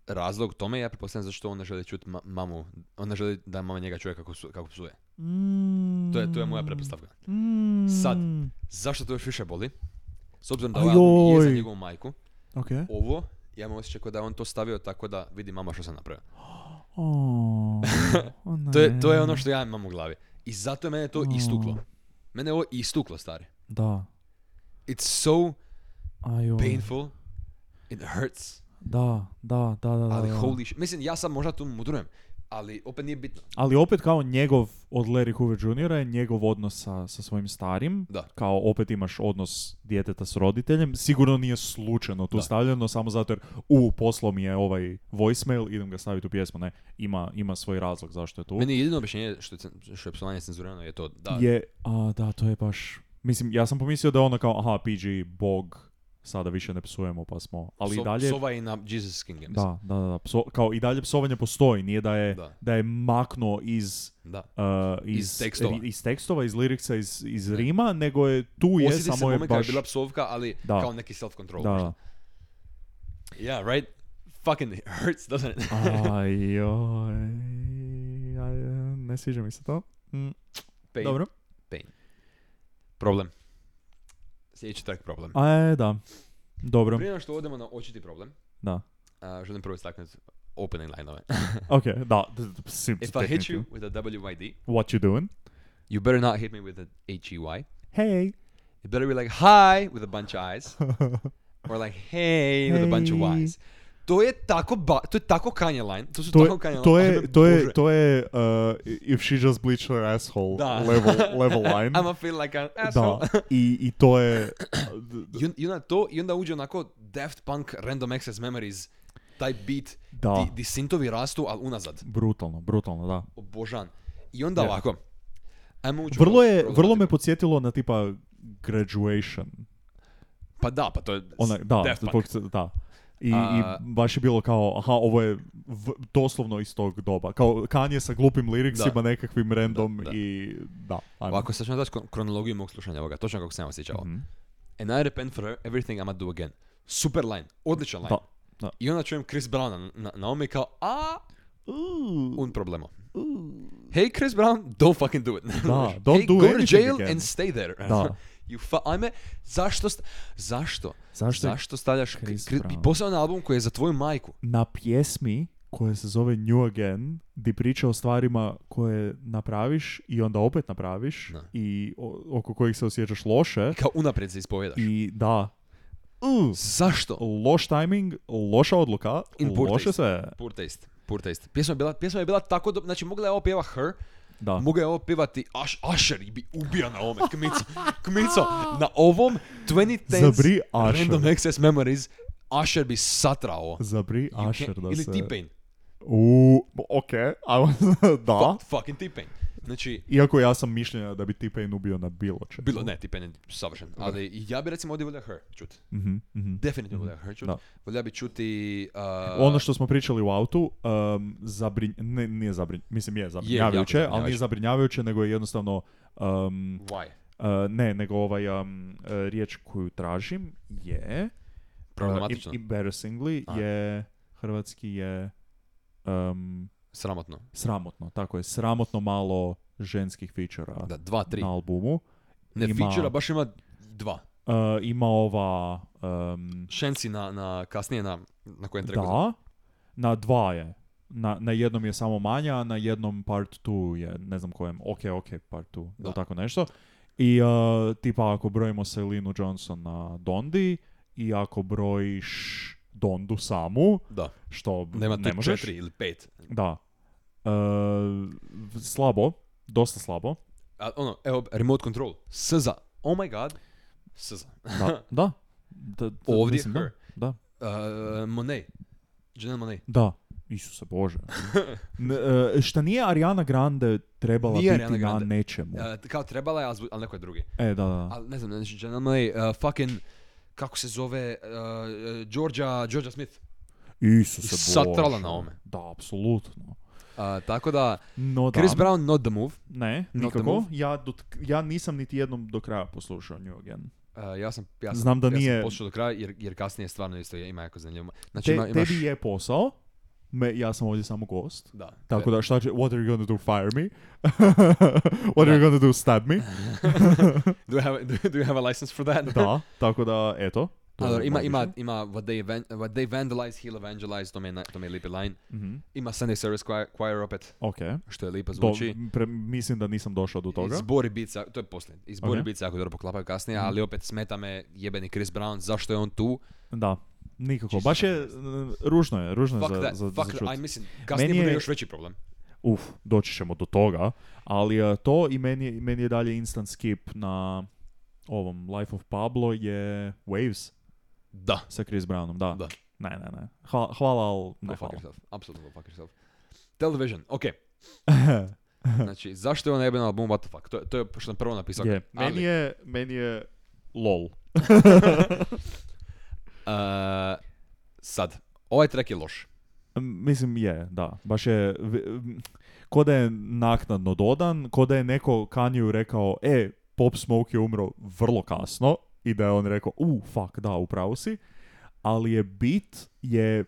Razlog tome je, ja pretpostavljam zašto on ne želi čuti ma- mamu, on ne želi da mama njega čuje kako, psu- kako psuje. To je, to je moja Mm. pretpostavka. Sad. Zašto to još više boli? S obzirom da ovaj album je za Ajoj. njegovu majku, Ok. ovo, ja imam osjećaj kao da je on to stavio tako da vidi mama što sam napravio. To je, to je Mm. ono što ja imam u glavi. I zato je mene to Oh. istuklo. Mene je ovo istuklo, stari. Da. It's Oh. so Ajoj. painful. It hurts. Da, da, da, da. Ali da, da. holy shit. Mislim, ja sam možda tu mudrujem, ali opet nije bitno. Ali opet kao njegov od Larry Hoover Jr. je njegov odnos sa, sa svojim starim. Da. Kao opet imaš odnos djeteta s roditeljem. Sigurno nije slučajno tu Da. stavljeno, samo zato jer u poslo mi je ovaj voicemail, idem ga staviti u pjesmu. Ne, ima, ima svoj razlog zašto je tu. Meni je jedino objašnjenje što je, cen- što je psovanje cenzurirano je to da. Oh. je, a da, to je baš... Mislim, ja sam pomislio da je ono kao, aha, PG, bog, sada više ne psujemo, pa smo... Ali i pso- dalje... Psova i na Jesus King, ja mislim. Da, da, da, da. Pso- kao i dalje psovanje postoji, nije da je, Da. da. je maknuo iz, Da. uh, iz, Iz tekstova. ri- iz tekstova, iz liriksa, iz, iz rima, nego je tu je, Osjeti se samo je moment kad baš... je bila psovka, ali Da. kao neki self-control. možda. Da, Yeah, right? Fucking it hurts, doesn't it? ajoj, aj, ne sviđa mi se to. Mm, Pain. Dobro. Problem. Sljedeći track problem. A, e, da, dobro, Prije nego što odemo na očiti problem, da. uh, uh, želim prvo istaknuti opening line-ove. Ok, da, d- d- sim, If I hit you tehnički. with a WYD, What you doing? you better not hit me with a HEY. Hey! It better be like hi with a bunch of eyes. or like hey, with a bunch of Hey. Y's. To je tako, ba, to je tako Kanye line. To su To je, tako Kanye to line. je, to je, Bože. to je uh, if she just bleached her asshole Da. level, level line. I'm a feel like an asshole. da, I, i to je... I, on- I onda to, i onda uđe onako Daft Punk Random Access Memories, taj beat, Da. di, di sintovi rastu, ali unazad. Brutalno, brutalno, da. Obožan. I onda Je. ovako. Ajmo ući u ono Vrlo, je, vrlo me problematiku. podsjetilo na tipa graduation. Pa da, pa to je Ona, da, Daft Punk. zbog se- da. I, A- I baš je bilo kao, aha, ovo je v- doslovno iz tog doba. Kao Kanye sa glupim Da. liriksima, nekakvim random da. i da. ajmo. Ovako, sad ću daći kronologiju mog slušanja ovoga, točno kako sam ja osjećao. Mhm. And I repent for everything I'ma do again. Super line, odličan line. Da, da. I onda čujem Chris Browna na, na, na ovome i kao, a, un problemo. Hey Chris Brown, don't fucking do it. Da, don't hey, do go to anything jail again. and stay there. Da. you fa ajme, zašto, st- zašto? Zašto je Zašto stavljaš Chris Chris Brown? Brown? I posao na album koji je za tvoju majku. na pjesmi koja se zove New Again, di priča o stvarima koje napraviš i onda opet napraviš Da. i o- oko kojih se osjećaš loše Kao unaprijed se ispovedaš. i da. Mm. Uh, Zašto? loš timing, loša odluka, In poor loše taste. sve. Poor taste. Poor taste. Pjesma je bila, pjesma je bila tako dobro, znači mogla je ovo pjeva Her, Da. Mogu je ovo pjevati Aš, Asher i bi ubija na ovome. Kmico, kmico, na ovom 2010 Zabri Asher. Random Access Memories Asher bi satrao ovo. Zabri You Asher can't- da Ili se... T-Pain. U, ok, a, da. Fu- fucking T-Pain. Znači, Iako ja sam mišljenja da bi T-Pain ubio na bilo čemu. bilo, ne, T-Pain je savršen. Ali ja bi recimo ovdje volio Her čut. Mhm, mhm. Definitivno volio Her čut. Da. Volio bi čuti... uh, ono što smo pričali u autu, um, zabrin... ne, nije zabrin... mislim je zabrinjavajuće, jako ali zabrinjavajuće. nije zabrinjavajuće, nego je jednostavno, um, Why? uh, ne, nego ovaj um, uh, riječ koju tražim je, Problematično. uh, em- embarrassingly A. je, hrvatski je, um, Sramotno. sramotno, tako je, sramotno malo ženskih fičera Da, dva, tri. na albumu. Ne, ima- feature baš ima dva. Uh, ima ova, um, Shensi na, na kasnije na, na kojem treku. Da, na dva je. Na, na jednom je samo manja, a na jednom part 2 je, ne znam kojem, ok, ok, part 2, Da. ili tako nešto. I uh, tipa ako brojimo Selinu Johnson na Dondi i ako brojiš Dondu samu, Da. što Nema ne tu možeš. četiri ili pet. Da. Uh, v- slabo, dosta slabo. A, ono, evo, remote control. Sza. Oh my god. Sza. Da, da. Da, da, Ovdje mislim, da. her. da. Uh, Monet. Janelle Monet. Da. Isuse Bože. N, e, šta nije Ariana Grande trebala Nije biti Ariana Grande. na nečemu? Uh, kao trebala je, ali zvu- ali neko je drugi. E, da, da. Ali ne znam, znači, Janelle Monet, uh, fucking, kako se zove, uh, uh, Georgia, Georgia Smith. Isuse I Bože. satrala na ovome. Da, apsolutno. Uh, tako da, No da. Chris Brown, not the move. Ne, Not the nikako. move. Ja, dot, ja nisam niti jednom do kraja poslušao New Again. Uh, ja sam, ja sam, Znam da ja sam nije- poslušao do kraja, jer, jer kasnije stvarno isto je, ima jako zanimljivo. Znači, Te, ima, imaš... tebi je posao, me, ja sam ovdje samo gost. Da. Tako da, šta će, what are you gonna do, fire me? what are you gonna do, stab me? Do you have, a- do, do you have a license for that? Da, tako da, eto. to je Ali, ima, moje ima, mišljenje. ima what they, evan- what they vandalize, heal evangelize, to mi je, na- to mi je lipi line. Mhm, Ima Sunday Service Choir, choir opet, Ok. što je lipo To, zvuči. pre- mislim da nisam došao do toga. Izbori bica, to je poslije. Izbori Ok. Mhm. bica jako dobro poklapaju kasnije, ali opet smeta me jebeni Chris Brown, zašto je on tu? Da, nikako. Jesus Baš je, n- ružno je, ružno je Fuck za, that, za, fuck za that. čut. Aj, mislim, kasnije Meni bude je- još veći problem. Uf, doći ćemo do toga, ali eh, to i meni, je- meni je dalje instant skip na ovom Life of Pablo je Waves Da. sa Chris Brownom, da. Da. Ne, ne, ne. Hvala, hvala ali Go ne fuck hvala. yourself. Apsolutno go fuck yourself. Television, ok. Znači, zašto je on jebena album, what the fuck? To, je- to je što sam prvo napisao. Je. Ali, Meni je, meni je lol. eh, sad, ovaj track je loš. M, Mislim je, da. Baš je, v- m, ko da je naknadno dodan, ko da je neko Kanyeju rekao, e, Pop Smoke je umro vrlo kasno i da je on rekao, u, fuck, da, upravo si. Ali je bit je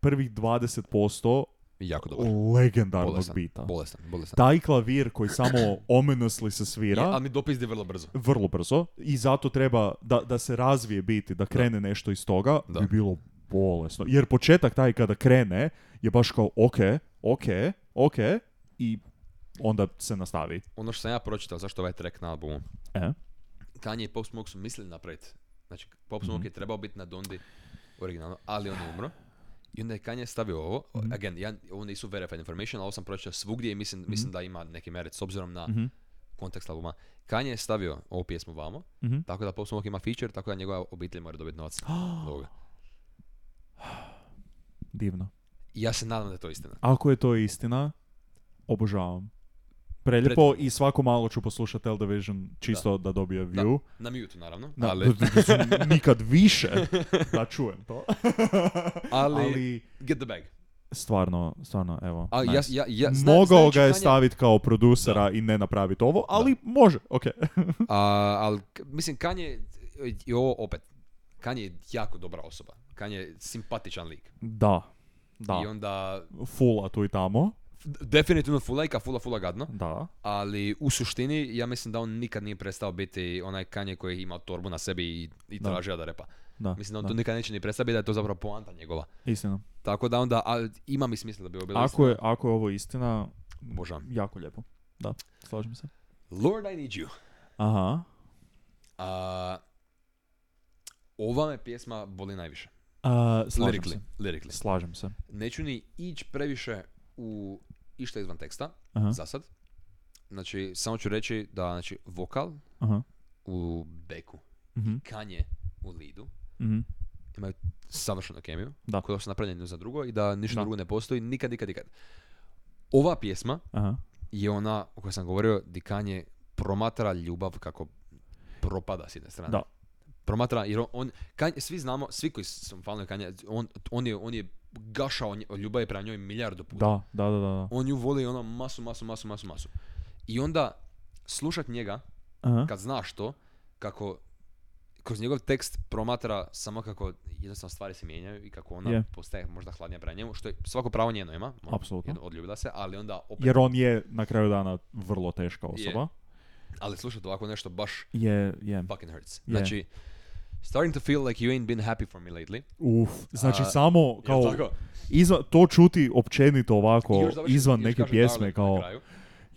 prvih 20% Jako dobar. legendarnog Bolestan, bita. bolestan, bolestan. Taj klavir koji samo ominously se svira, Je, ali mi dopizde vrlo brzo. vrlo brzo, i zato treba da, da se razvije biti, da krene nešto iz toga, Da. bi bilo bolesno. Jer početak taj kada krene je baš kao ok, ok, ok i onda se nastavi. Ono što sam ja pročitao, zašto ovaj track na albumu? E? Kanye i Pop Smoke su mislili napraviti. Znači, Pop Smoke je trebao biti na Dondi originalno, ali on je umro. I onda je Kanye stavio ovo. Again, ja, ovo nisu verified information, ali ovo sam pročitao svugdje i mislim, mislim da ima neki merit s obzirom na kontekst albuma. Kanye je stavio ovu pjesmu vamo, Mhm. tako da Pop Smoke ima feature, tako da njegova obitelj mora dobiti novac od ovoga. Divno. I Ja se nadam da je to istina. Ako je to istina, obožavam. Preljepo i svako malo ću poslušati Tell Division čisto da, dobije Da, view. na mute naravno, Da, ali, da- da- da- nikad više da čujem to. ali, Ali get the bag. stvarno, stvarno, evo. A, ja, nice. ja, ja, zna- Mogao znajući ga je Kanye- staviti kao producera i ne napraviti ovo, ali može, ok. A, ali, k- mislim, Kanye, i ovo opet, Kanye je jako dobra osoba. Kanye je simpatičan lik. da, da. I onda, Fula tu i tamo, f- definitivno full like, a fula fula gadno. da. Ali u suštini, ja mislim da on nikad nije prestao biti onaj Kanye koji je imao torbu na sebi i, i Da. tražio da repa. da Mislim da on da. to nikad neće ni prestati biti, da je to zapravo poanta njegova. Istina. Tako da onda, ali ima mi smisla da bi ovo bilo Ako je, ako je ovo istina, istina. Božan. jako lijepo. Da, slažem se. Lord, I need you. Aha, A, ova me pjesma boli najviše. A, slažem Lyrically. se. Lyrically. Slažem se. neću ni ići previše u išta izvan teksta, Aha, za sad. Znači, samo ću reći da, znači, vokal aha. u beku, Mhm, kanje u lidu, mhm. imaju savršenu kemiju, Da. koja su napravljeni jedno za drugo i da ništa Da. drugo ne postoji, nikad, nikad, nikad. Ova pjesma Aha. je ona o kojoj sam govorio, di kanje promatra ljubav kako propada s jedne strane. Da. Promatra, jer on, Kanye- svi znamo, svi koji su fanovi Kanje, on, on, je, on je gašao nje- ljubavi prema njoj milijardu puta. Da, da, da, da, da. on ju voli ono masu, masu, masu, masu, masu. I onda slušat njega, Aha. kad znaš to, kako kroz njegov tekst promatra samo kako jednostavno stvari se mijenjaju i kako ona Je. postaje možda hladnija prema njemu, što je svako pravo njeno ima. ono, Apsolutno. jedno, Odljubila se, ali onda opet, Jer on je na kraju dana vrlo teška osoba. ali slušat ovako nešto baš Je, je. fucking hurts. Je. Znači, starting to feel like you ain't been happy for me lately. Uf, znači A, samo kao Jel tako? izvan, to čuti općenito I ovako još završi- izvan još neke kaže pjesme Darling na kao kraju.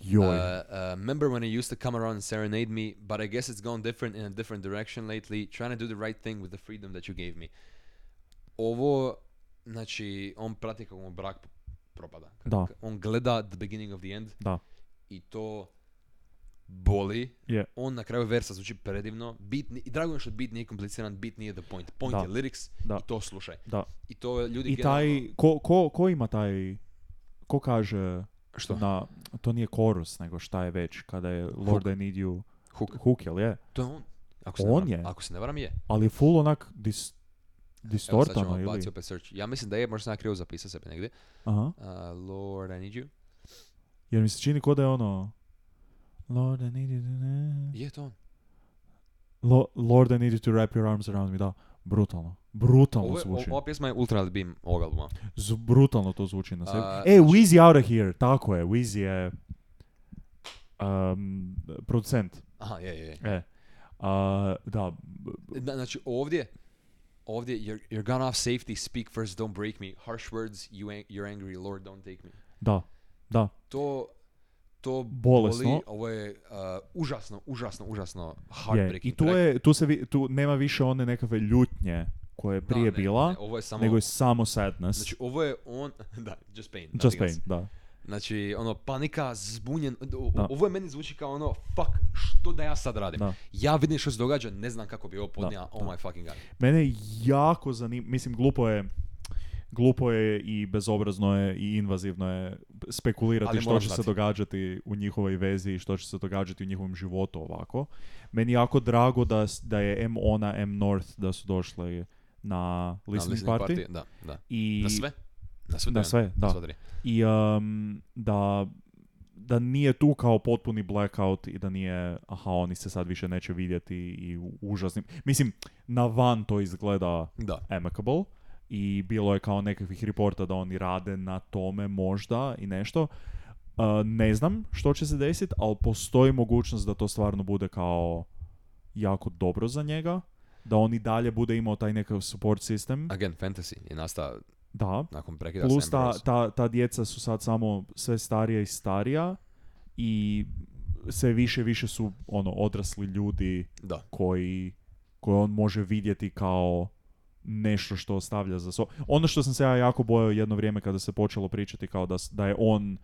joj. Uh, uh, remember when he used to come around and serenade me, but I guess it's gone different in a different direction lately, trying to do the right thing with the freedom that you gave me. Ovo, znači, on prati kako mu brak propada. Kako- Da. On gleda the beginning of the end Da. i to boli. Je. On na kraju versa zvuči predivno. Bit, ni- I drago mi je što bit nije kompliciran, bit nije the point. Point Da. je lyrics Da. i to slušaj. Da. I to ljudi I taj, generalno- ko, ko, ko ima taj, ko kaže Što? na, to nije korus, nego šta je već, kada je Lord I Need You, Hook. hook, jel je? To je on. Ako se ne On varam- je. Ako se ne varam je. Ali je full onak dis, Evo, sad ćemo distortano ili? baciti opet search. Ja mislim da je, možda sam ja krivo zapisao sebe negdje. Aha, Uh, Lord, I need you. jer mi se čini ko da je ono, Lord I need you, ne- Je to on. Lo- Lord I need you to wrap your arms around me, da, brutalno. Brutalno Ovo je- zvuči. ova pjesma je ultra album ovog albuma. Z- brutalno to zvuči na sebi. A, znači- e, Wheezy out of here, tako je, Wheezy je um, producent. Aha, je, je, je. E. A, da, Da, znači ovdje, ovdje, you're, you're gone off safety, speak first, don't break me. Harsh words, you ang- you're angry, Lord, don't take me. da, da. To, to Bolesno. boli, ovo je uh, užasno, užasno, užasno Je. heartbreaking I tu, track. je, tu, se vi, tu nema više one nekakve ljutnje koje je Da, prije ne, bila, ne, ovo je samo, nego je samo sadness. znači ovo je on, da, just pain. Just nothing pain, else. da. Znači, ono, panika, zbunjen, o- Da. ovo je meni zvuči kao ono, fuck, što da ja sad radim? Da. Ja vidim što se događa, ne znam kako bi ovo podnija, Da, oh da. my fucking god. Mene jako zanima, mislim glupo je glupo je i bezobrazno je i invazivno je spekulirati Ali što moram će se znati. događati u njihovoj vezi i što će se događati u njihovom životu ovako. Meni je jako drago da, s- da je M ona, M North da su došli na Na listening, listening party. Da, da. I, Na sve? Na sve, Na tri, sve, da. na sve tri. I um, da, da nije tu kao potpuni blackout i da nije, aha, oni se sad više neće vidjeti i u užasnim... Mislim, na van to izgleda Da. amicable i bilo je kao nekakvih reporta da oni rade na tome možda i nešto. Uh, ne znam što će se desiti, ali postoji mogućnost da to stvarno bude kao jako dobro za njega. da on i dalje bude imao taj nekakav support sistem. Again, fantasy je nastao Da, nakon prekida plus Sam ta, Burrows. ta, ta djeca su sad samo sve starija i starija i sve više i više su ono odrasli ljudi Da. koji, koje on može vidjeti kao nešto što ostavlja za sobom. Ono što sam se ja jako bojao jedno vrijeme kada se počelo pričati kao da, s- da je on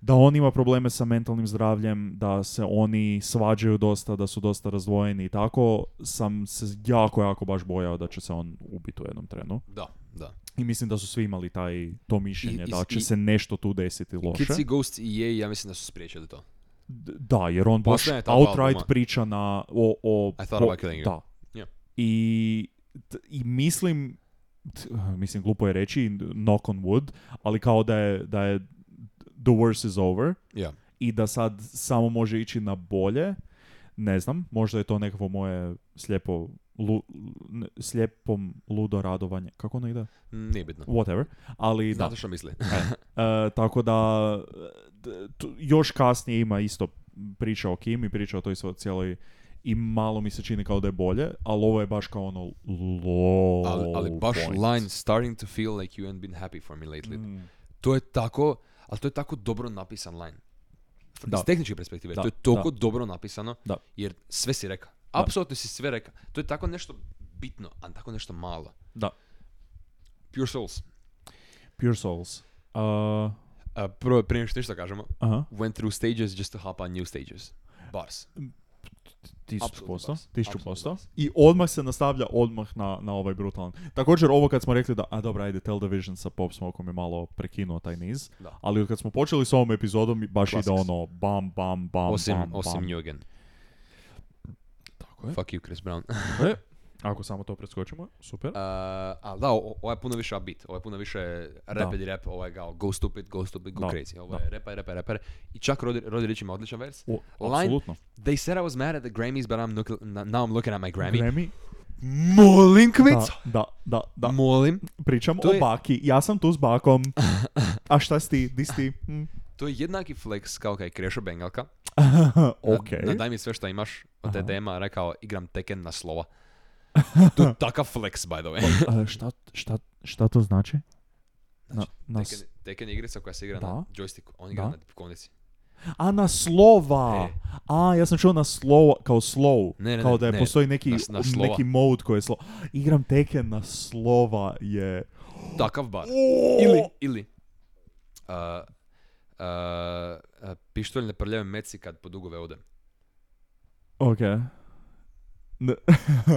da on ima probleme sa mentalnim zdravljem, da se oni svađaju dosta, da su dosta razdvojeni i tako, sam se jako, jako baš bojao da će se on ubiti u jednom trenu. Da, da. I mislim da su svi imali taj, to mišljenje I- i- da će i- se nešto tu desiti loše. Kids i Ghosts i EA, ja mislim da su spriječili to. D- Da, jer on baš Posebno je ta dva outright albuma. priča na, o... o I thought o- about killing you. Da. Yeah. I, t- I mislim, t- mislim glupo je reći, knock on wood, ali kao da je, da je the worst is over Ja. i da sad samo može ići na bolje. Ne znam, možda je to nekakvo moje slijepo, lu, n- slijepom ludo radovanje. Kako ono ide? Nije bitno. Whatever. Ali da, Znate što misli. E, tako da d- tu- još kasnije ima isto priča o Kim i priča o toj svoj cijeloj i malo mi se čini kao da je bolje, ali ovo je baš kao ono low ali, ali baš point. line starting to feel like you ain't been happy for me lately. Mm. To je tako, ali to je tako dobro napisan line. Da. Iz tehničke perspektive, Da, to je toliko dobro napisano, Da. jer sve si reka. Apsolutno si sve reka. To je tako nešto bitno, a tako nešto malo. Da, Pure Souls. Pure Souls. Uh, A, E, prvo, prije nego što nešto kažemo, aha, went through stages just to hop on new stages. Bars. tisuću Apsolutno posto, bas. tisuću Apsolutno posto. bas. I odmah se nastavlja odmah na, na ovaj brutalan. Također ovo kad smo rekli da, a dobra, ajde, Television sa Pop Smokom je malo prekinuo taj niz, Da. ali od kad smo počeli s ovom epizodom baš ide Classics. ono bam, bam, bam, Osim, bam, bam. osim New Again. Tako je. Fuck you, Chris Brown. E, ako samo to preskočimo, super. Uh, ali da, o- ovo je puno više upbeat, ovo je puno više rap Da. ili rap, ovo je kao go stupid, go stupid, go Da, crazy. Ovo da. je repaj, repaj, repaj. I čak Rodri, Rodri Ricci ima odličan vers. O, Line- apsolutno. They said I was mad at the Grammys, but I'm look, na- now I'm looking at my Grammy. Grammy. Molim Da, kvicu! da, da, da. Molim. Pričam To o je- baki. Ja sam tu s bakom. A šta si ti? Di si ti? Mm. To je jednaki flex kao kaj Krešo Bengalka. Na- ok. na daj mi sve što imaš od te Aha. tema, rekao igram Tekken na slova. To je takav flex, by the way. A, šta, šta, šta to znači? Na, Znači, na, s- Tekken, Tekken je igrica koja se igra na Da. joysticku, on igra Da. na tipkovnici. a na slova! E. A, ja sam čuo na slow, kao slow. Ne, ne, kao ne, da je ne. postoji neki, Na s- na slova. neki mode koji je slow. Igram Tekken na slova je... Takav bar. Ili, ili. Uh, uh, uh, pištolj ne prljave meci kad po dugove odem. Ok. Ne-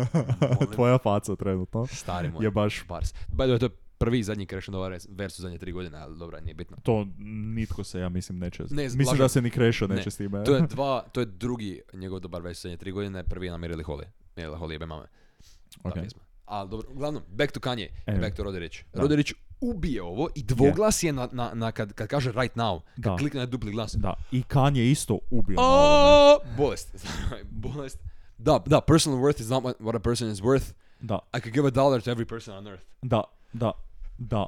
Tvoja faca trenutno Stari moj. je baš Bars. By the way, to je prvi i zadnji Krešinova res- vers u zadnje tri godine, ali dobra, nije bitno. To nitko se, ja mislim, neće. Ne, mislim lažem. da se ni Krešo Ne, neće s time. To je dva, to je drugi njegov dobar vers u zadnje tri godine, prvi je namirili Holly. Mirili Holly jebe mame. Ta Ok. pjesma. Ali dobro, uglavnom, back to Kanye, Anyway. back to Roderić. Da. Roderić ubije ovo i dvoglas je na, na, na kad, kad kaže right now, Da. kad klikne na dupli glas. Da, i Kan je isto ubio na ovome. A, bolest. bolest. Da, da, personal worth is not what- what a person is worth. Da, I could give a dollar to every person on earth. da, da, da,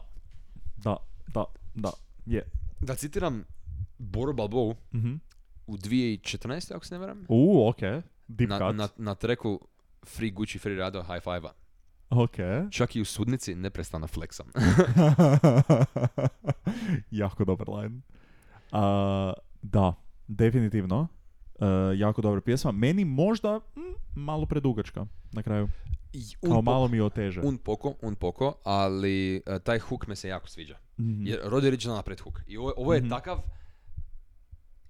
da, da, da, je. Da citiram Boru Balbovu Mhm. u 2014. ako se ne varam. U, okej. Deep Na, cut. na, na treku Free Gucci, Free Rado, High Five-a. Okej. Čak i u sudnici neprestano flexam. jako dobar line. A, da, definitivno. E, jako dobra pjesma. Meni možda mm, malo predugačka na kraju. I Kao un, po- malo mi je oteže. un poko, un poko, ali eh, taj hook me se jako sviđa. Mhm. Jer Roderić zna napred hook. I ovo, ovo je Mhm. takav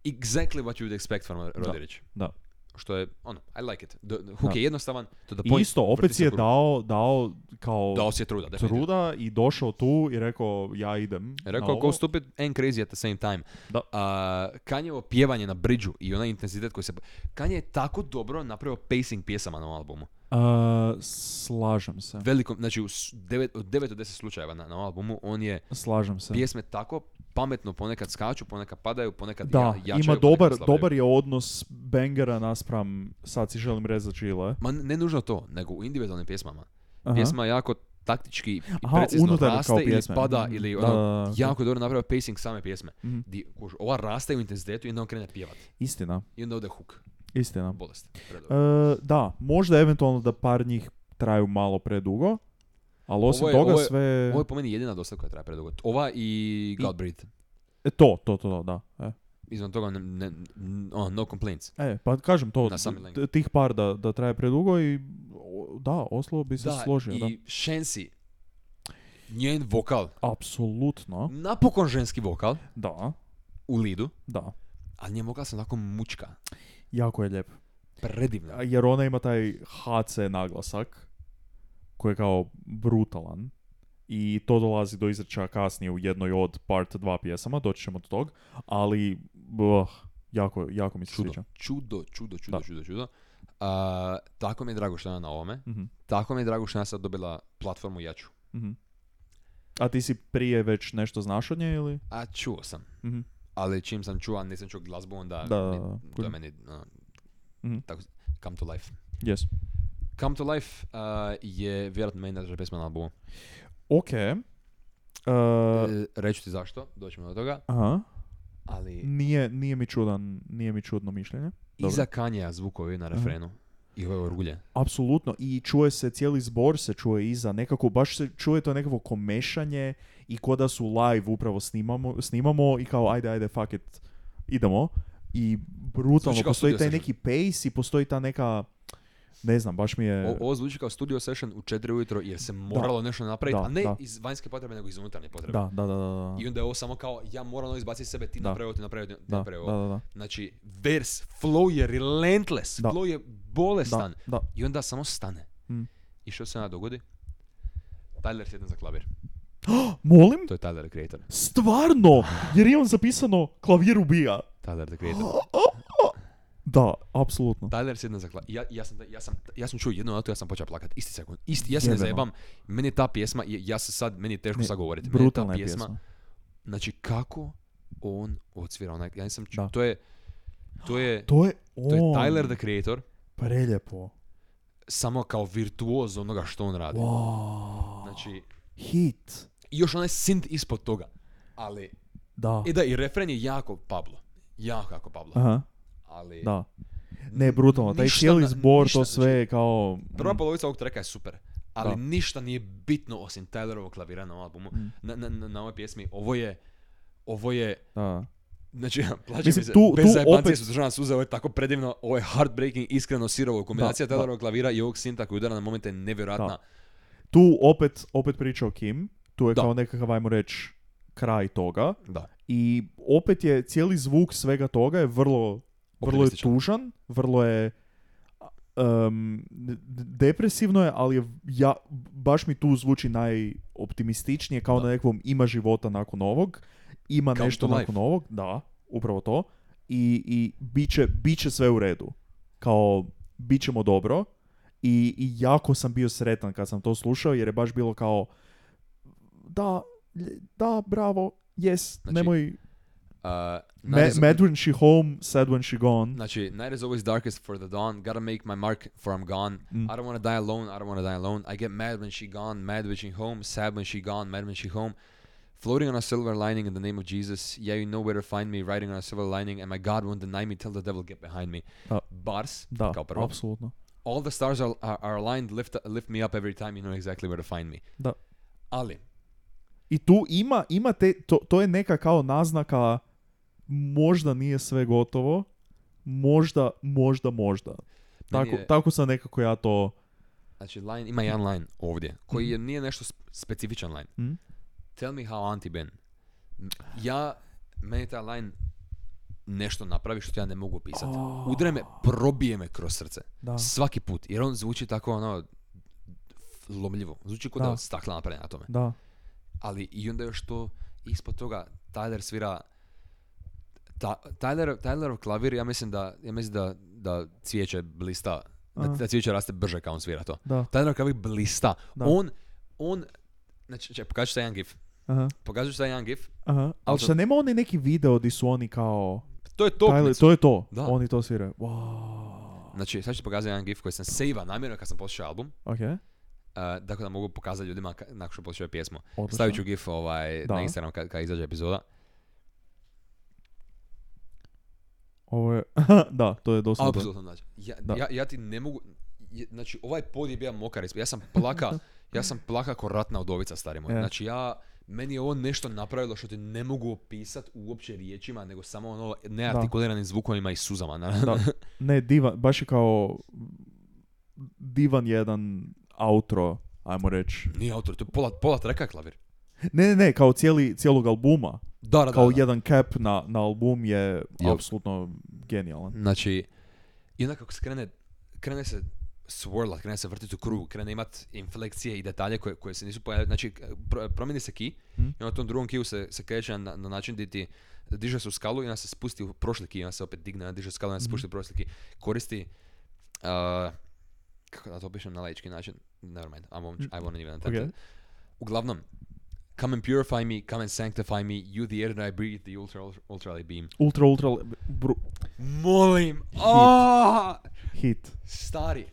exactly what you would expect from Roderić. Da. Što je, ono, I like it. The, the hook Da. je jednostavan, to the I point. isto, vrti opet se si je krug. dao, dao kao Dao si je truda, definitivno. truda i došao tu i rekao ja idem. na Rekao, ovo. go stupid and crazy at the same time. Da. A, Kanjevo pjevanje na bridžu i onaj intenzitet koji se... Kanje je tako dobro napravio pacing pjesama na ovom albumu. A, E, slažem se. Veliko, znači u 9 od 9 do 10 slučajeva na, na ovom albumu, on je Slažem se. pjesme tako pametno ponekad skaču, ponekad padaju, ponekad ja, Da, jačaju, ima ponekad dobar, slabljaju. dobar je odnos bangera naspram sad si želim rezati žile. Ma ne nužno to, nego u individualnim pjesmama. Aha. Pjesma jako taktički i Aha, precizno unutar raste kao ili pjesme. pada Mhm. ili Da, ono, da, da, ok. jako je dobro napravio pacing same pjesme. Mhm. Di, kuž, ova raste u intenzitetu i onda on krene pjevat. Istina. I onda ode hook. Istina. Bolest. E, predobre. da, možda eventualno da par njih traju malo predugo, ali osim Ovo je- toga ovo je- sve... Ovo je po meni jedina dosta koja traje predugo. Ova i Godbreed. E, to, to, to, to, da. E. Izvan toga, ne, ne, n- ono, no complaints. E, pa kažem to, Na sami link. t- tih par da, da traje predugo i o, da, Oslo bi se složio, i da. Shensi. Njen vokal. Apsolutno, Mhm. Napokon ženski vokal da, u lidu. da. Ali njen vokal sam onako mučka. Jako je lijep. Predivna. A, Jer ona ima taj HC naglasak koji je kao brutalan i to dolazi do izrečaja kasnije u jednoj od part 2 pjesama, doći ćemo do tog, ali blah, jako, jako mi se Čudo. sviđa. Čudo, čudo, čudo, Da. čudo, čudo. A, tako mi je drago što je ona na ovome. Mhm, Tako mi je drago što je ona sad dobila platformu jaču. mhm. A ti si prije već nešto znaš od nje ili? A čuo sam. Mhm. Ali čim sam čuo, a nisam čuo glazbu, onda Da, mi- da, da. Pa, to je Kužim. meni ono, Mhm. tako, come to life. Yes. Come to life a, je vjerojatno meni najdraža pesma na albumu. Ok. E, E, Reću ti zašto, doćemo do toga, aha. ali Nije, nije mi čudan, nije mi čudno mišljenje. dobro. iza Kanja zvukovi na Aha. refrenu i ove orgulje. Apsolutno, i čuje se, cijeli zbor se čuje iza, nekako, baš se čuje to nekako komešanje i ko da su live upravo snimamo, snimamo i kao ajde, ajde, fuck it, idemo. I brutalno, Zvuči kao postoji taj studio neki pace i postoji ta neka, ne znam, baš mi je... O- Ovo zvuči kao studio session u 4 ujutro jer se moralo nešto napraviti, Da, a ne da. iz vanjske potrebe nego iz unutarnje potrebe. da, da, da, da, da. I onda je ovo samo kao ja moram ovo izbaciti iz sebe, ti Da. napravio, ti napravio, ti Da, napravio. ovo. da, da, da. Znači, vers, flow je relentless, Da. flow je bolestan. Da, da. I onda samo stane. Mm. I što se onda dogodi? Tyler sjedne za klavir. Molim? To je Tyler the Creator. Stvarno! Jer imam zapisano klavir ubija. Tyler the Creator. Da, apsolutno. Tyler sjedne za klavir. Ja, ja, sam, ja, sam, ja sam čuo jednu notu, ja sam počeo plakat. Isti sekund. Isti, ja se ne Jebeno. zajebam. Meni je ta pjesma, ja- ja se sad, meni je teško Ne, sad govoriti. Meni je ta Brutalna je pjesma. Znači, kako on odsvira onaj, ja nisam čuo, Da. to je, to je, To je on. to je Tyler the Creator, Preljepo. samo kao virtuoz onoga što on radi. Wow. Znači, Hit. i još onaj synth ispod toga. Ali, Da. i da, i refren je jako Pablo. Jako, jako Pablo. Aha, Ali, da. Ne, brutalno. Taj ništa cijeli na- zbor, ništa, to sve je kao... znači, prva polovica ovog treka je super. Ali Da. Mm. ništa nije bitno osim Tylerovog klavira na ovom albumu. Na, na, na, na ovoj pjesmi, ovo je, ovo je, Da. Znači, ja plaćam Mislim, mi se, tu- bez tu zajebancije opet- su državna suza, ovo je tako predivno, ovo je heartbreaking, iskreno sirovo, kombinacija Da, da. Taylorovog klavira i ovog sinta koji udara na momente je nevjerojatna. Da. Tu opet, opet priča o Kim. Tu je Da. kao nekakav, ajmo reći, kraj toga. Da. I opet je cijeli zvuk svega toga je vrlo, vrlo je Optimističan. tužan, vrlo je um, d- depresivno je, ali je ja, baš mi tu zvuči najoptimističnije, kao Da. na nekom ima života nakon ovog, ima Come nešto to life. nakon ovog, da, upravo to, i, i bit, će, bit će sve u redu, kao bit ćemo dobro, i, i jako sam bio sretan kad sam to slušao, jer je baš bilo kao, da, lj- da, bravo, yes, Znači, nemoj, A, Ma- najrez- mad when she home, sad when she gone. Znači, night is always darkest for the dawn, gotta make my mark for I'm gone, Mm. I don't wanna die alone, I don't wanna die alone, I get mad when she gone, mad when she home, sad when she gone, mad when she home, floating on a silver lining in the name of Jesus, yeah you know where to find me, riding on a silver lining, and my God won't deny me till the devil get behind me. Da. Bars, Oh. Da, kao prvo. apsolutno. All the stars are, are, are aligned, lift, lift me up every time you know exactly where to find me. Da. Ali, I tu ima, ima te, to, to je neka kao naznaka, možda nije sve gotovo, možda, možda, možda. Tako, je- tako sam nekako ja to... znači, line, ima jedan line ovdje, koji je, nije nešto sp- specifičan line. Mhm. Tell me how anti been. M- Ja, meni taj line nešto napravi što ja ne mogu opisati. Udre me, probije me kroz srce. Da. Svaki put, jer on zvuči tako ono f- lomljivo. Zvuči kao da je Da. od stakla napravljen na tome. Da, Ali i onda još to ispod toga Tyler svira ta, Tyler, Tylerov klavir, ja mislim da ja mislim da, da cvijeće blista, da, Aha. da cvijeće raste brže kao on svira to. da. Tylerov klavir blista. Da. On on znači ček, pokažu taj jedan gif. Aha, Pokažu taj jedan gif. aha. Ali šta, nema onaj neki video di su oni kao... To je Tyler, to. to je to. Da. Oni to sviraju. Wow. Znači, sad ću ti pokazati jedan gif koji sam sejva namjerno kad sam poslušao album, Ok, uh, tako da mogu pokazati ljudima ka- nakon što poslušaju pjesmu. odlično. Stavit ću gif ovaj, Da. na Instagram kad, kad izađe epizoda. Ovo je, da, to je doslovno. to. Apsolutno, znači. Ja, Da. ja, ja ti ne mogu... je- Znači, ovaj pod je bio mokar. ispod. Ja sam plaka, ja sam plaka ko ratna udovica, stari moj. Je. Znači, ja... Meni je ovo nešto napravilo što ti ne mogu opisati uopće riječima, nego samo ono neartikuliranim zvukovima i suzama. na- Da. Ne, divan, baš je kao divan jedan outro, ajmo reći. Nije autor, to je pola, pola treka je klavir. Ne, ne, ne, kao cijeli, cijelog albuma. Da, da, da, Kao da. jedan cap na, na album je Jel. apsolutno genijalan. Znači, i onda kako se krene, krene se swirlat, krene se vrtiti u krug, krene imat inflekcije i detalje koje, koje se nisu pojavili. Znači, pro- promijeni se ki Mhm. i onda u tom drugom kiju se, se kreće na, na način di ti diže se u skalu i onda se spusti u prošli ki, i onda se opet digne, onda diže skalu i onda se spusti u prošli ki. Koristi, a, kako da to opišem na laički način, never mind, I won't, I won't even attempt Ok. it. Uglavnom, Come and purify me, come and sanctify me, you the air that I breathe, the ultra, ultra, ultra I beam. Ultra, ultra, bru, Molim, aaa! hit. Stari.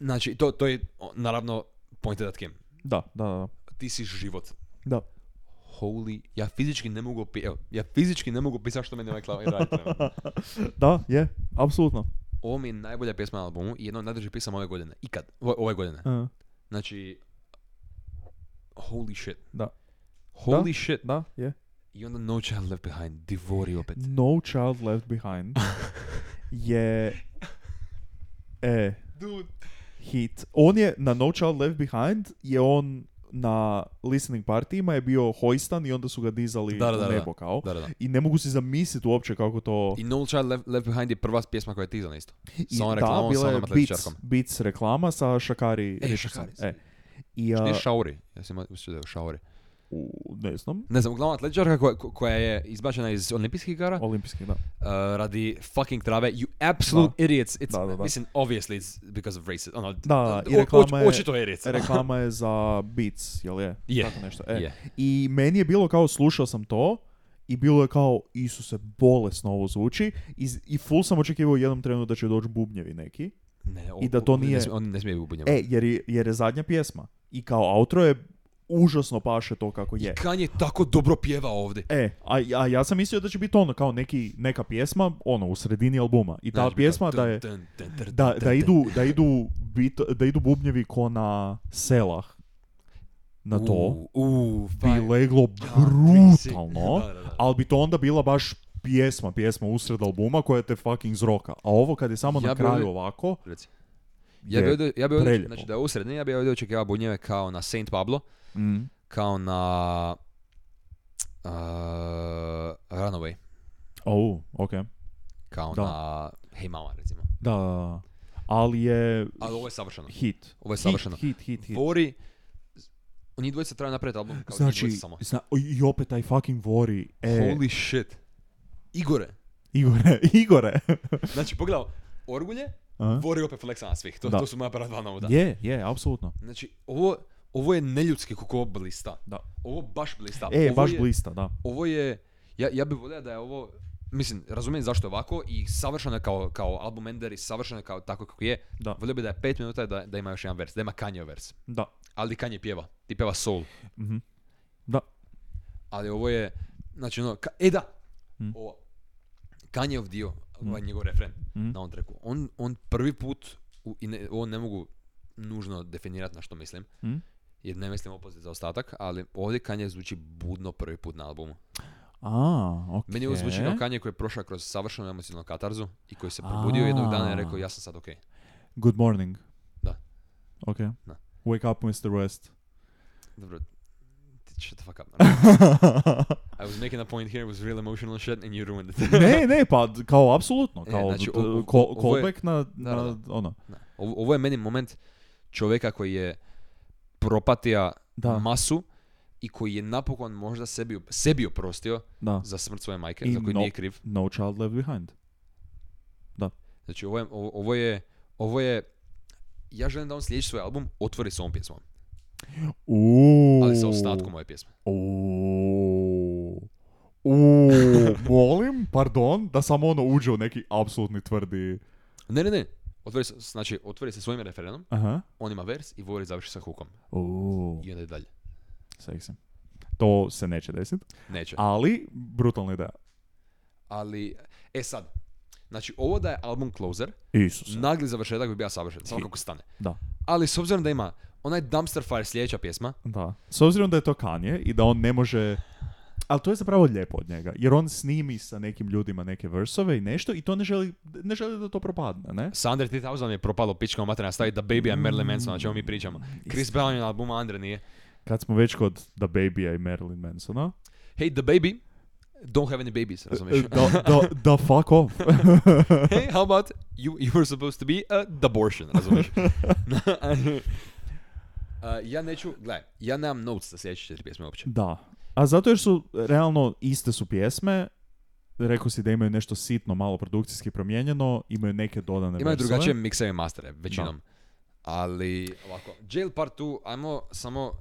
Znači, to, to je o, naravno pointed at Kim. Da, da, da. Ti si život. da. Holy, ja fizički ne mogu opi- evo, ja fizički ne mogu pisati što meni ovaj klavir radi. trenutno. Da, je, apsolutno. Ovo mi je najbolja pjesma na albumu i jedna od najdražih pjesama ove godine. Ikad, o- ove godine. E, Znači, holy shit. Da. Holy shit. Da, je. I onda No Child Left Behind, divori opet. No Child Left Behind je... E, Dude. hit. On je na No Child Left Behind je on na listening partijima je bio hoistan i onda su ga dizali Da, da, da, u da. nebo kao. Da, da, da. I ne mogu si zamisliti uopće kako to... I No Child Left, Left Behind je prva pjesma koja je tizana isto. I Sa onom da, reklamom, bila sa je onom Beats, atletičarkom. Beats reklama sa Šakari. E, Richardson. Šakari. E. I, a, Nije Šauri, ja sam imao mislio da je Šauri. u, ne znam, Ne znam, uglavnom atletičarka koja, ko- koja je izbačena iz olimpijskih igara olimpijski, da. uh, radi fucking trave. You absolute idiots. It's, Da, da, da. Mislim, obviously it's because of racism. Ono, Da, i o- o- reklama je- Očito je idiots. Reklama je za Beats, jel je? Je. Tako nešto. E. Je. I meni je bilo kao, slušao sam to i bilo je kao, Isuse, bolesno ovo zvuči. I, i full sam očekivao u jednom trenu da će doći bubnjevi neki. Ne, o- I da to oni ne nije- smije- Oni ne smije ubunjava. E, jer je, jer je zadnja pjesma. I kao outro je užasno paše to kako je. Kanye tako dobro pjeva ovdje. E, a, a ja sam mislio da će biti ono kao neki, neka pjesma, ono, u sredini albuma. I ta Znaš, bi pjesma kao da je, dun, dun, dun, dun, da, dun, da, dun. idu, da, idu bit, da idu bubnjevi ko na selah na to. U, u, bi fajn. leglo Basic. brutalno, Da, da, da. ali bi to onda bila baš pjesma, pjesma usred albuma koja te fucking zroka. A ovo kad je samo Ja na bi kraju ovdje- ovako, Reci. Ja bi je ovdje, ja bi ovdje, preljepo. znači da je u sredini, ja bi ovdje očekivao bunjeve kao na Saint Pablo, mm, kao na uh, Runaway. au, ok, da, kao Da. na Hey Mama recimo. da, da. ali je Ali ovo je savršeno. hit. Ovo je savršeno. Hit, hit, hit, hit. Vori, oni dvojica trebaju napraviti album kao njih Znači, dvojica samo. zna, i opet taj fucking vori, e, Holy shit. Igore. Igore, Igore. Znači, pogledao, Orgulje, A? Vori opet flexa na svih. To, Da. to su moja prva dva novoda. Je, je, apsolutno. Znači, ovo, ovo je neljudski kako ovo blista. Da. Ovo baš blista. E, ovo baš je, blista, da. Ovo je, ja, ja bih volio da je ovo, mislim, razumijem zašto je ovako i savršeno je kao, kao album Ender i savršeno je kao tako kako je. Da. Volio bi da je pet minuta i da, da ima još jedan vers, da ima Kanye vers. Da. Ali Kanye pjeva, ti pjeva soul. Mhm. Da. Ali ovo je, znači ono, ka, e da, Mm. ovo, Kanyev dio, ovaj njegov refren Mm. na on treku. On, on prvi put, u, i ne, ovo ne mogu nužno definirati na što mislim, Mm. jer ne mislim opozit za ostatak, ali ovdje Kanye zvuči budno prvi put na albumu. A, ok. Meni ovo zvuči kao Kanye koji je prošao kroz savršenu emocionalnu katarzu i koji se probudio jednog dana i rekao A. ja sam sad okej. Good morning. Da. Ok. Da. Wake up, Mr. West. Dobro, ti- shut the fuck up. ono. I was making a point here, it was real emotional shit and you ruined it. ne, ne, pa d- kao apsolutno. E, Kao znači, d- o- o- ko- ovo je- callback na, da, na da. ono. Da. Ovo, ovo je meni moment čovjeka koji je propatija Da, masu i koji je napokon možda sebi, sebi oprostio da. za smrt svoje majke, I za koju no- nije kriv. No child left behind. Znači, ovo je, ovo, ovo je, ovo je, ja želim da on sljedeći svoj album otvori s ovom pjesmom, Uuu. ali sa ostatkom moje pjesme. Uuu. Uuu, molim, pardon, da samo ono uđe u neki apsolutni tvrdi... Pa Ne, ne, ne, otvori, se- znači, otvori se svojim referendom, Aha. on ima vers i Vori završi sa hukom. Uuu, I onda je dalje. seksi. To se neće desiti, Neće. ali brutalna ideja. Ali, e sad, Znači, ovo da je album Closer, Isuse. nagli završetak bi bio savršen, samo kako stane. Da. Ali s obzirom da ima onaj Dumpster Fire sljedeća pjesma, Da. S obzirom da je to Kanye i da on ne može... Ali to je zapravo lijepo od njega, jer on snimi sa nekim ljudima neke versove i nešto i to ne želi, ne želi da to propadne, ne? sa Andre 3000 je propalo pička u materina staviti da Baby je Marilyn Manson, o čemu mi pričamo. Chris Brown je na albumu, a Andre nije. Kad smo već kod The Baby-a i Marilyn Mansona, Hey, the baby, don't have any babies, razumiješ? da, da, da fuck off. hey, how about you, you were supposed to be a abortion, razumiješ? A, ja neću, gledaj, ja nemam notes za sljedeće četiri pjesme uopće. Da. A zato jer su, realno, iste su pjesme, rekao si da imaju nešto sitno, malo produkcijski promijenjeno, imaju neke dodane Imaju versove. drugačije mikseve i mastere, većinom. Ali, ovako, Jail Part 2, ajmo samo,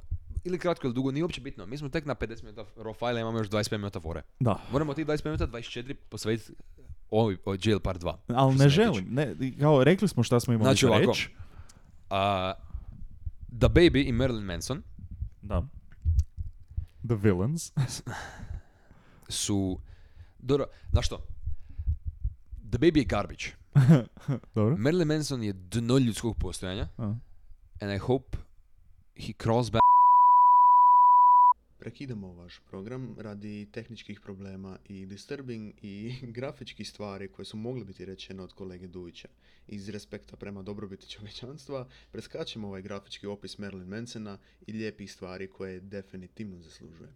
ili kratko ili dugo, nije uopće bitno. Mi smo tek na 50 minuta raw file imamo još 25 minuta fore. Da. Moramo tih 25 minuta, 24 posvetiti ovoj, o Jail Part 2. Ali što se ne mene želim. tiče. Ne, kao, rekli smo šta smo imali Znači za ovako. reći. A, The Baby i Marilyn Manson Da. The Villains. su... Dobro, znaš što? The Baby je garbage. Dobro. Marilyn Manson je dno ljudskog postojanja. A. And I hope he crawls back. Prekidamo vaš program radi tehničkih problema i disturbing i grafičkih stvari koje su mogle biti rečene od kolege Dujića. Iz respekta prema dobrobiti čovječanstva preskačemo ovaj grafički opis Marilyn Mansona i lijepih stvari koje definitivno zaslužuje.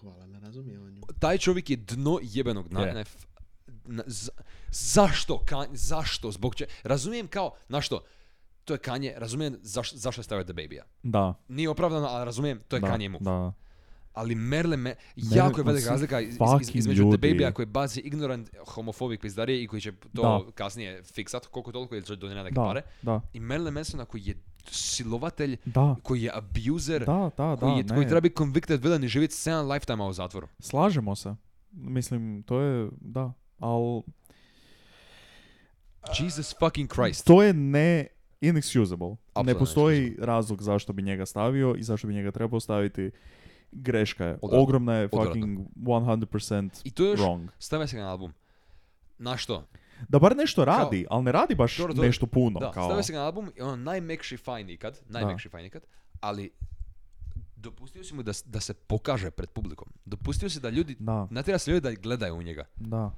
Hvala na razumijevanju. Taj čovjek je dno jebenog dna. Je. and I f- na- za- zašto? Kan, zašto? Zbog če? Razumijem kao, znaš što? To je Kanje, razumijem zaš, zašto je stavio The Baby-a. Da. Nije opravdano, ali razumijem, to je da, Kanje mu. Da. Ali Merle, me, jako je ma velika su razlika iz- iz- fucking između The ljudi. Baby-a koji bazi ignorant homofobik pizdarije i koji će to kasnije fiksat koliko toliko ili će donijeti neke Da. pare. Da. I Merle Mansona koji je silovatelj, Da. koji je abuser, Da, da, da. koji, je, koji ne. treba biti convicted villain i živjeti 7 lifetime u zatvoru. Slažemo se. Mislim, to je, da. Al, Jesus fucking Christ. to je ne inexcusable. Apsolutno ne postoji razlog zašto bi njega stavio i zašto bi njega trebao staviti. Greška je. Odvratno. Ogromna je fucking 100% I to još wrong. stavlja se ga na album. Na što? Da bar nešto radi, ali ne radi baš Dobro, dobro. nešto puno. da, kao. stavlja se ga na album i ono najmekši fajn ikad, najmekši fajn ikad, ali dopustio si mu da, s- da se pokaže pred publikom. Dopustio si da ljudi, Da, natjera se ljudi da gledaju u njega. da.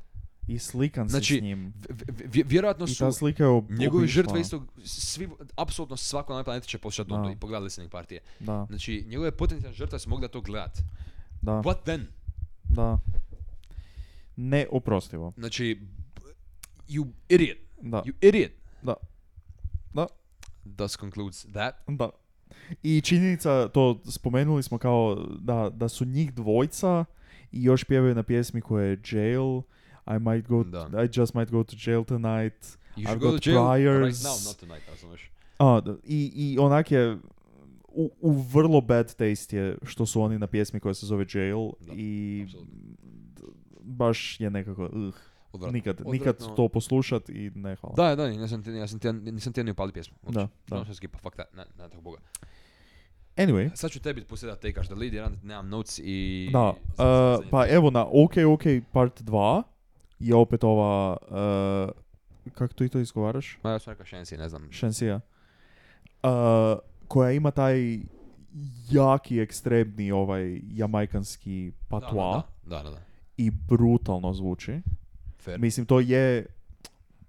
I slikan si Znači, s njim. V- v- vj- vjerojatno I su ta slika je ob- njegove obišla. žrtve isto, svi, apsolutno svako na planetu će posjećati Da. Dondu i pogledati listening partije. Da, Znači, njegove potencijalne žrtve su mogli to gledat. da, What then? da. Neoprostivo. Znači, b- you idiot. Da, You idiot. da, da, Thus concludes that. da. I činjenica, to spomenuli smo kao da, da su njih dvojca i još pjevaju na pjesmi koja je Jail, I might go, Da. I just might go to jail tonight. You I've should go to got jail right priors. now, not tonight, razumeš? A, da, i, I onak je, u, u vrlo bad taste je što su oni na pjesmi koja se zove Jail Da, i apsolutno. d- baš je nekako, uh, Odvratno. nikad, Odvratno. nikad to poslušat i ne hvala. Da, da, nisam ti, nisam ti, nisam ti ni upali pjesmu. uopće. Da, da. Samo sam skipa, fuck that, na, na tako boga. Anyway, Sad ću tebi pustiti da tekaš da lead, jer nemam notes i... Da, i- uh, pa evo na OK OK part 2 je opet ova, uh, kako ti to izgovaraš? Ma ja sam rekao Shensi, ne znam. Šensija. Uh, koja ima taj jaki, ekstremni ovaj jamajkanski Da, patwa Da, da, da. da, da. i brutalno zvuči. Fair. Mislim, to je,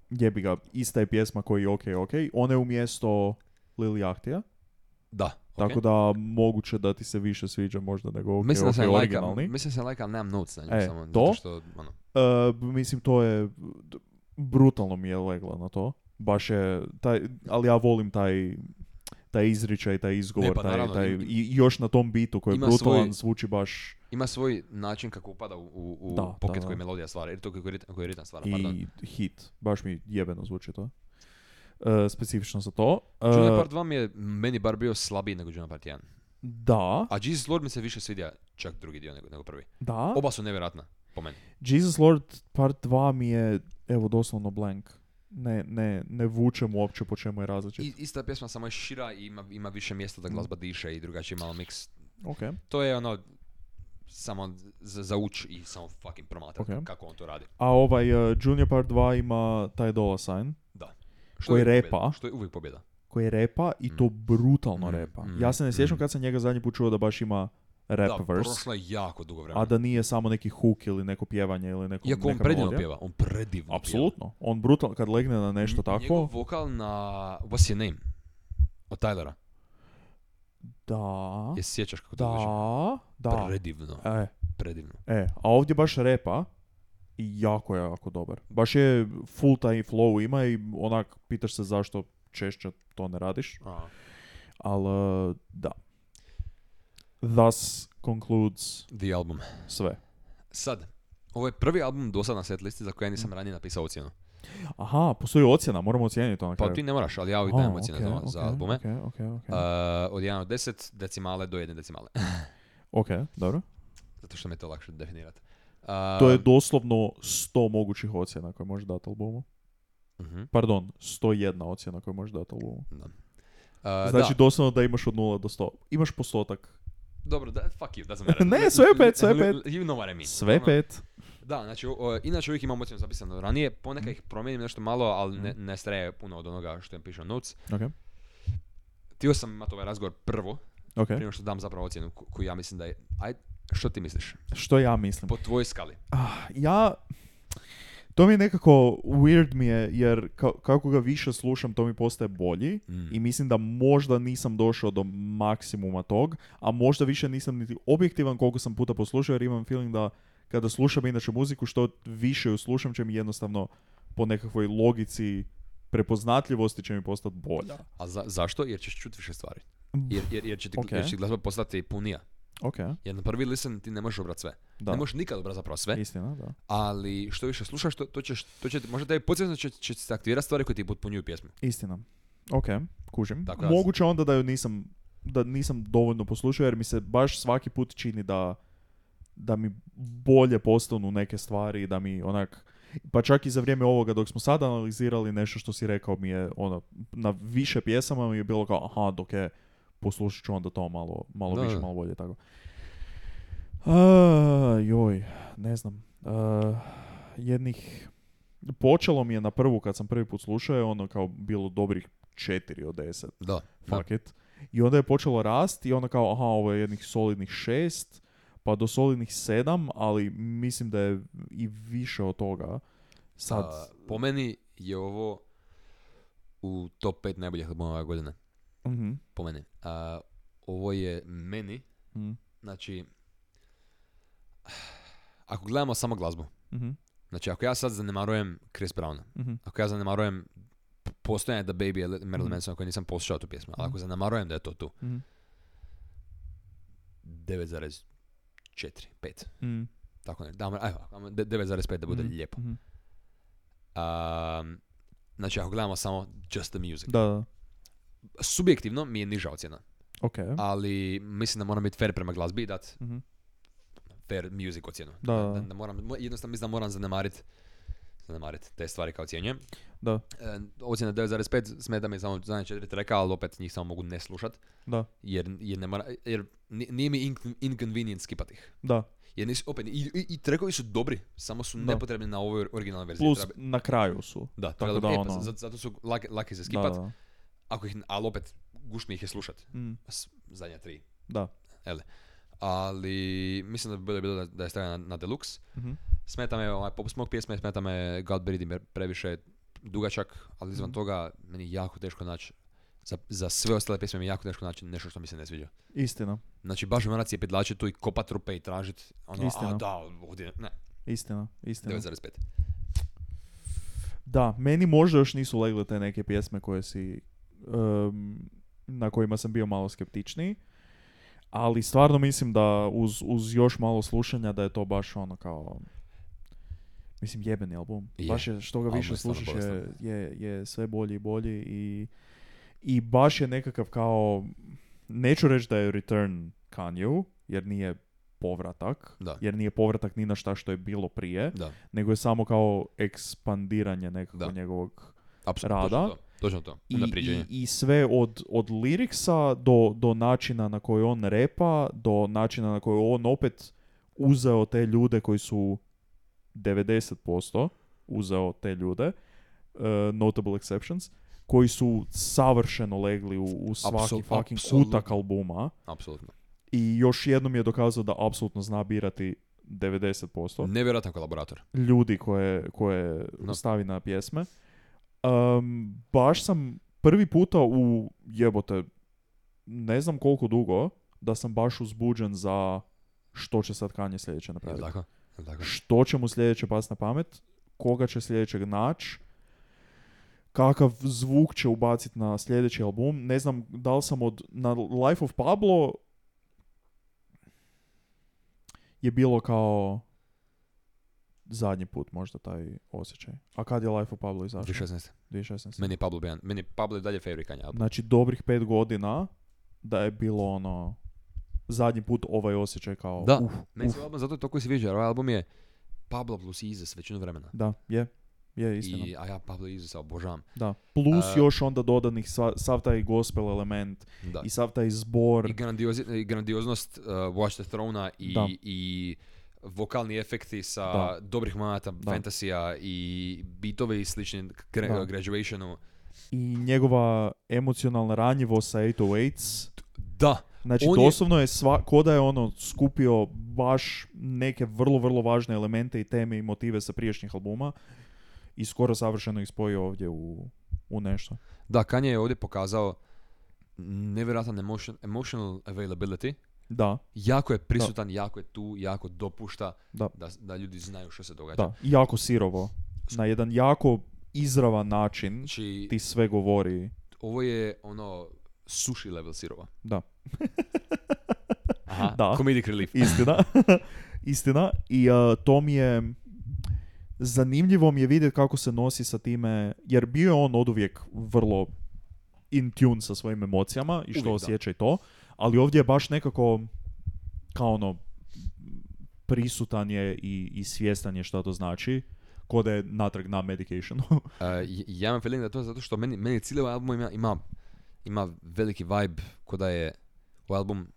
jebi ga, ista je pjesma koji je OK OK. Ona je umjesto Lil Yachtija. Da, Tako da moguće da ti se više sviđa možda nego OK Mislim da OK sam lajka, originalni. mislim da sam lajka, ali nemam notes na nju, E, samo, zato to? što, ono, E, b- mislim, to je... d- Brutalno mi je legla na to. Baš je... Taj, ali ja volim taj taj izričaj, taj izgovor, Ne, pa taj, naravno, taj- im- i i još na tom bitu koji je ima brutalan, svoj- zvuči baš ima svoj način kako upada u, u, u Da, da, pocket da. koji melodija stvara, ili to koji ritam, koji ritam stvara, pardon. i e, hit. Baš mi jebeno zvuči to. E, specifično za to. E, Junior Part 2 mi je, meni bar bio slabiji nego Junior Part 1. da, A Jesus Lord mi se više svidio čak drugi dio nego, nego prvi. da. Oba su nevjerojatna, po meni. Jesus Lord part 2 mi je, evo, doslovno blank. Ne, ne, ne vučem uopće po čemu je različit. I, ista pjesma samo je Mm. šira i ima, ima više mjesta da glazba diše i drugačiji malo miks. Ok. To je ono samo za- zauči i samo fucking promatrati Ok. kako on to radi. A ovaj eh, Junior Part 2 ima taj dollar sign Da. Što Koji je uvijek repa. pobjeda, Što je uvijek pobjeda. koji repa i to brutalno Mm, repa. mm, Ja se ne sjećam mm. kad sam njega zadnji put čuo da baš ima rap da, verse, prošlo je jako dugo vremena. a da nije samo neki hook ili neko pjevanje ili neko Iako on neka predivno melodija. pjeva, on predivno pjeva. Apsolutno. On brutal kad legne na nešto N- tako. Njegov vokal na What's Your Name od Tylera. Da. Je sjećaš kako to zvuči? Da. Da. Predivno, E, predivno. e, a ovdje baš repa i jako je jako dobar. Baš je full taj flow ima i onak pitaš se zašto češće to ne radiš, A, ali e, da. Thus concludes the album. sve. Sad, ovo je prvi album do sad na set listi za koji ja Mm. nisam ranije napisao ocjenu. Aha, postoji ocjena, moramo ocijeniti to na kraju. Pa ti ne moraš, ali ja uvijek A, dajem ocjene okej, za- okej, za albume. okej, okej, okej. Uh, od 1 do 10 decimale do 1 decimale. Okej, dobro. Zato što mi je to lakše definirati. Uh, To je doslovno 100 mogućih ocjena koje možeš dati albumu. mhm, Pardon, 101 ocjena koju možeš dati albumu. da. Uh, Znači da, doslovno da imaš od 0 do 100. Imaš postotak. dobro, da, fuck you, doesn't matter. Ne, sve je pet, sve je Li- pet. li- You know what I mean. Sve Ono, pet. Da, znači, o, inače uvijek imam ocjenu zapisano ranije, Mhm. ponekad ih promijenim nešto malo, ali ne, ne streje puno od onoga što im piše u notes. Ok, Htio sam imati ovaj razgovor prvo, ok. prije nego što dam zapravo ocjenu ko- koju ja mislim da je... Aj, što ti misliš? Što ja mislim? Po tvojoj skali. Ah, ja... To mi je nekako weird mi je, jer ka- kako ga više slušam, to mi postaje bolji. Mm. I mislim da možda nisam došao do maksimuma tog, a možda više nisam niti objektivan koliko sam puta poslušao, jer imam feeling da kada slušam inače muziku, što više ju slušam, će mi jednostavno po nekakvoj logici prepoznatljivosti će mi postati bolja. A za- zašto? Jer ćeš čuti više stvari. Mm. Jer, jer, jer će ti, Ok. jer će ti glazba postati punija. Ok, Jer na prvi listen ti ne možeš obrat sve. da. Ne možeš nikad obrat zapravo sve, Istina, da. ali što više slušaš, to, to ćeš, to će, ti- možda tebi podsvjesno će, će se aktivirati stvari koje ti potpunjuju pjesmu. Istina. Ok, kužim. Tako da- Moguće onda da ju nisam, da nisam dovoljno poslušao jer mi se baš svaki put čini da, da mi bolje postanu neke stvari i da mi onak pa čak i za vrijeme ovoga dok smo sad analizirali nešto što si rekao mi je ono na više pjesama mi je bilo kao aha dok je poslušat ću onda to malo, malo Da, više, da. malo bolje tako. A, joj, ne znam. A, jednih počelo mi je na prvu kad sam prvi put slušao je ono kao bilo dobrih 4 od 10 Da. fuck it. I onda je počelo rast i onda kao, aha, ovo je jednih solidnih šest, pa do solidnih sedam, ali mislim da je i više od toga. Sad, A, po meni je ovo u top 5 najboljih albuma ove godine. mhm, Po meni. A, ovo je meni, mhm, znači... Ako gledamo samo glazbu, mhm, znači ako ja sad zanemarujem Chris Browna, mhm. ako ja zanemarujem p- postojanje da Baby je Marilyn Mhm. Manson koji nisam poslušao tu pjesmu, ali Mhm. ako zanemarujem da je to tu, Mhm. 9,4, 5, Mhm. tako ne, da, ajmo, ajmo, de- 9,5 da bude Mhm. lijepo. Mhm. Um, znači ako gledamo samo just the music. Da, da. Subjektivno mi je niža ocjena, Ok. ali mislim da moram biti fair prema glazbi i dat Mhm. fair music ocjenu. Da, da, da, da. da moram, mo- jednostavno mislim da moram zanemarit zanemarit te stvari kao ocjenjujem. Da, E, ocjena 9.5 smeta mi samo zadnje četiri treka, ali opet njih samo mogu ne slušat, da, jer, jer, ne mora, jer ni- nije mi in- inconvenient skipat ih. da. Jer nisu, opet, i, i, i trekovi su dobri, samo su Da. nepotrebni na ovoj originalnoj verziji. Plus, Treba- na kraju su. da, tako treba- da e, pa ono- za- zato su lake, lake za Da, skipat, da. ako ih, ali opet, gušt mi ih je slušat. Mm, S- Zadnja tri. da. Ali mislim da bi bolje bilo da, da je stavljena na, na deluxe. Mhm. Smeta me ovaj pop smoke pjesme, smeta me God Breeding jer previše je dugačak, ali izvan Mhm. toga meni je jako teško naći za, za sve ostale pjesme mi je jako teško naći nešto što mi se ne sviđa. Istina, Znači baš mi morat cijepidlačit tu i kopat rupe i tražit ono, Istina. a da, ovdje, ne, istina, istina. 9.5. Da, meni možda još nisu legle te neke pjesme koje si, em, na kojima sam bio malo skeptičniji. Ali stvarno mislim da uz, uz još malo slušanja da je to baš ono kao... Mislim, jebeni album. Je. Baš je, što ga Album više je stvarno slušaš je, je, je sve bolji i bolji i, i baš je nekakav kao... Neću reći da je Return Kanye, jer nije povratak. Da. Jer nije povratak ni na šta što je bilo prije Da, nego je samo kao ekspandiranje nekako Da. njegovog apsolutno, Rada. točno to, točno to, i, unapređenje. i, i sve od, od liriksa do, do načina na koji on repa, do načina na koji on opet uzeo te ljude koji su 90% uzeo te ljude, uh, notable exceptions, koji su savršeno legli u, u svaki Apsol- fucking apsolutno. kutak albuma Apsolutno. i još jednom je dokazao da apsolutno zna birati 90% Nevjerojatan kolaborator. ljudi koje, koje No. stavi na pjesme. Um, baš sam prvi puta u jebote, ne znam koliko dugo, da sam baš uzbuđen za što će sad Kanje sljedeće Jel napraviti. tako? Jel tako? Što će mu sljedeće pas na pamet, koga će sljedećeg nać, kakav zvuk će ubaciti na sljedeći album. Ne znam da li sam od, na Life of Pablo je bilo kao zadnji put možda taj osjećaj. A kad je Life of Pablo izašao? 2016. 2016. Meni je Pablo Bejan. Meni je Pablo i dalje favorite Kanye album. Znači dobrih pet godina da je bilo ono zadnji put ovaj osjećaj kao Da, uf, Meni uf. se ovaj album zato toliko sviđa, jer ovaj album je Pablo plus Izes većinu vremena. Da, je. Je, istina. I, a ja Pablo Izesa obožavam. Da. Plus A- još onda dodanih sva, sav taj gospel element Da. i sav taj zbor. I, grandiozi- i grandioznost uh, Watch the Throne-a i, Da. i vokalni efekti sa Da. dobrih manata, Da. fantasija i bitovi slični gra- Da. graduationu. I njegova emocionalna ranjivost sa 808s. Da, Znači, On je- doslovno je sva, ko da je ono skupio baš neke vrlo, vrlo važne elemente i teme i motive sa prijašnjih albuma i skoro savršeno ih spojio ovdje u, u nešto. da, Kanye je ovdje pokazao nevjerojatan emotion- emotional availability. Da, Jako je prisutan, jako je tu, jako dopušta Da. da, da ljudi znaju što se događa. da. I Jako sirovo. Na jedan jako izravan način Znači, ti sve govori. ovo je ono sushi level sirova. Da. Aha, Da. comedic relief. Istina. Istina. I uh, to mi je... Zanimljivo mi je vidjeti kako se nosi sa time, jer bio je on oduvijek vrlo in tune sa svojim emocijama i što Uvijek, da. osjeća i to, ali ovdje je baš nekako kao ono prisutan je i, i svjestan je šta to znači, ko da je natrag na medicationu. Uh, j- ja imam feeling da je to zato što meni, meni cijeli ovaj album ima, ima, ima veliki vibe ko da je ovaj album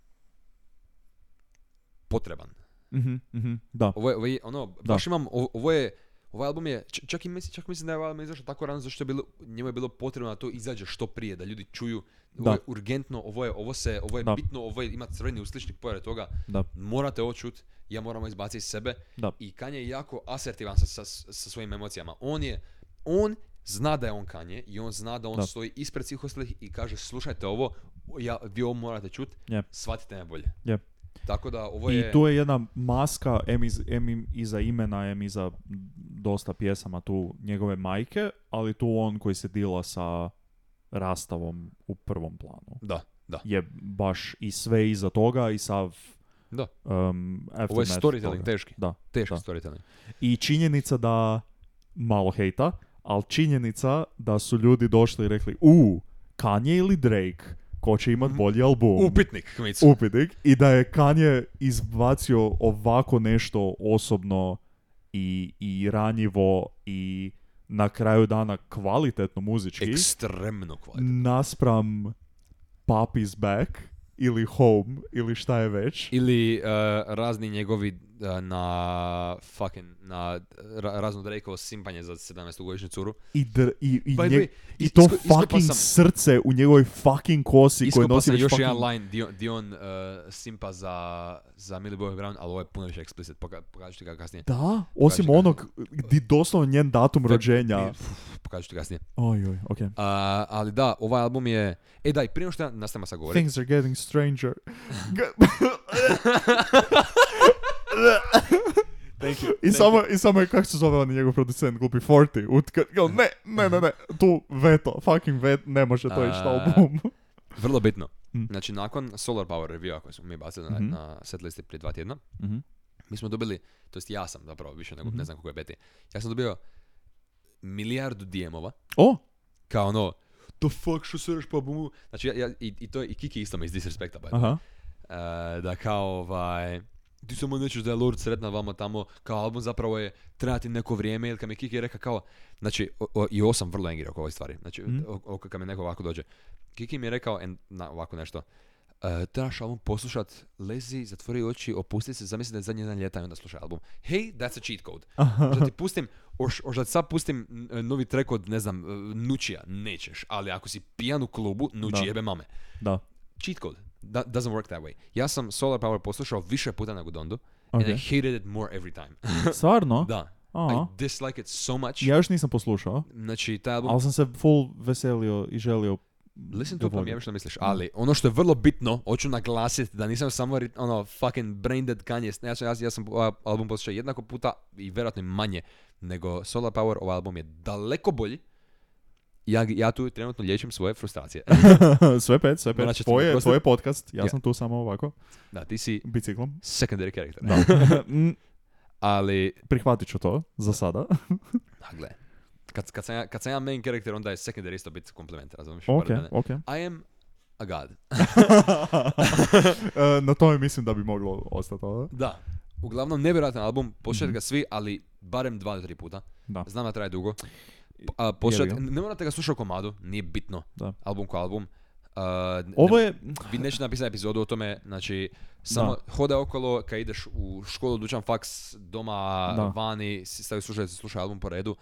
potreban. Mhm, mhm, da. Ovo je, ovo je ono, baš imam, o- ovo je, ovaj album je, č- čak, i mislim, čak mislim da je ovaj album izašao tako rano zato što je bilo, njemu je bilo potrebno da to izađe što prije, da ljudi čuju, ovo Da. je urgentno, ovo je, ovo se, ovo je Da. bitno, ovo je, ima crveni usličnik pored toga, Da. morate ovo čut, ja moramo izbaciti iz sebe. Da. I Kanye je jako asertivan sa, sa, sa svojim emocijama. On je, on zna da je on Kanye i on zna da on Da. stoji ispred svih ostalih i kaže slušajte ovo, ja, vi ovo morate čut, Je. shvatite me bolje. Je. Tako da ovo je... I tu je jedna maska, em, iz, em im- iza imena, em iza dosta pjesama tu njegove majke, ali tu on koji se dila sa rastavom u prvom planu. Da, da. Je baš i sve iza toga i sav... Da. Um, Ovo je aftermath storytelling, toga. teški. Da. Teški Da. storytelling. I činjenica da, malo hejta, ali činjenica da su ljudi došli i rekli u, Kanye ili Drake, ko će Mhm. imat bolji album? Upitnik, Kmicu. upitnik i da je Kanye izbacio ovako nešto osobno i, i ranjivo i na kraju dana kvalitetno muzički Ekstremno kvalitetno. naspram Papi's Back ili Home ili šta je već. Ili uh, razni njegovi uh, na fucking, na ra- razno Drakeovo simpanje za 17-godišnju curu. I, dr- i, i, By the nje- way, i is- to isko- iskopao fucking sam- srce u njegovoj fucking kosi koje Iskopao nosi sam već još fucking... jedan line di on, di on uh, simpa za, za Millie Bobby Brown, ali ovo je puno više explicit, poka, pokažu ti ga kasnije. Da, osim Kaži ga. onog gdje doslovno njen datum rođenja. Pff, Pokažu ti kasnije. Oj, oj, okej. Uh, ali da, ovaj album je... E da, i prije nego što ja nastavim sa govorim. Things are getting stranger. Thank you. I samo, I samo je, kako se zove on njegov producent, glupi 40, utka, kao, ne, ne, ne, ne, tu veto, fucking vet, ne može to ići na A, album. Vrlo bitno. Mm. Znači, nakon Solar Power reviewa koji smo mi bacili Mhm. na, na setlisti prije dva tjedna, mi smo dobili, to jest ja sam zapravo više nego Mhm. ne znam kako je Beti, ja sam dobio milijardu DM-ova, O, kao ono, the fuck što se po albumu? Znači, ja, ja, i, i to je, i Kiki isto me iz Disrespecta, by the way. aha, E, da kao ovaj ti samo nećeš da je Lord sretna vama tamo, kao album zapravo je trebati neko vrijeme, ili kad mi Kiki reka kao, znači, o, o- i ovo sam vrlo engirao oko ove stvari, znači, Mhm. o- o- kad mi neko ovako dođe. Kiki mi je rekao, en, na, ovako nešto, e, trebaš album poslušat, lezi, zatvori oči, opusti se, zamisli da je zadnji dan ljeta i onda slušaj album. Hey, that's a cheat code. Možda ti pustim, oš, oš da ti sad pustim n- novi track od, ne znam, e, Nučija, nećeš, ali ako si pijan u klubu, Nuči Da. jebe mame. Da. Cheat code. That doesn't work that way. Ja sam Solar Power poslušao više puta nego Dondu, and I Ok. hated it more every time. Stvarno? da. Aha. I dislike it so much. Ja još nisam poslušao, Znači, taj album ali sam se full veselio i želio Listen ga to pa mi volim. je što misliš, ali ono što je vrlo bitno, hoću naglasiti da nisam samo ri- ono fucking brain dead Kanye, ja sam, ja, ja sam ovaj album poslušao jednako puta i vjerojatno i manje nego Solar Power, ovaj album je daleko bolji. Ja, ja tu trenutno liječim svoje frustracije. sve pet, sve Morat pet. ćete mi Tvoje, oprostiti. tvoje podcast, ja Je. sam tu samo ovako, da, ti si biciklom. secondary character. Mm, Ali, Prihvatit ću to, za sada. a gle, kad, kad, sam ja, kad sam ja main character, onda je secondary isto biti komplement, razumiješ? ok, Pored mene. ok. I am a god. E, Na tome mislim da bi moglo ostati ovo. Da. Uglavnom, nevjerojatan album, poslušajte Mhm. ga svi, ali barem dva do tri puta. Da. Znam da traje dugo. P- A, poslušajte, ga. ne morate ga slušati u komadu, nije bitno. Da. Album ko album. A, n- Ovo ne- je, Vi nećete napisati epizodu o tome, znači, samo hodaj okolo, kad ideš u školu, dućan faks, doma, Da. vani, si- stavi slušaj, slušaj album po redu.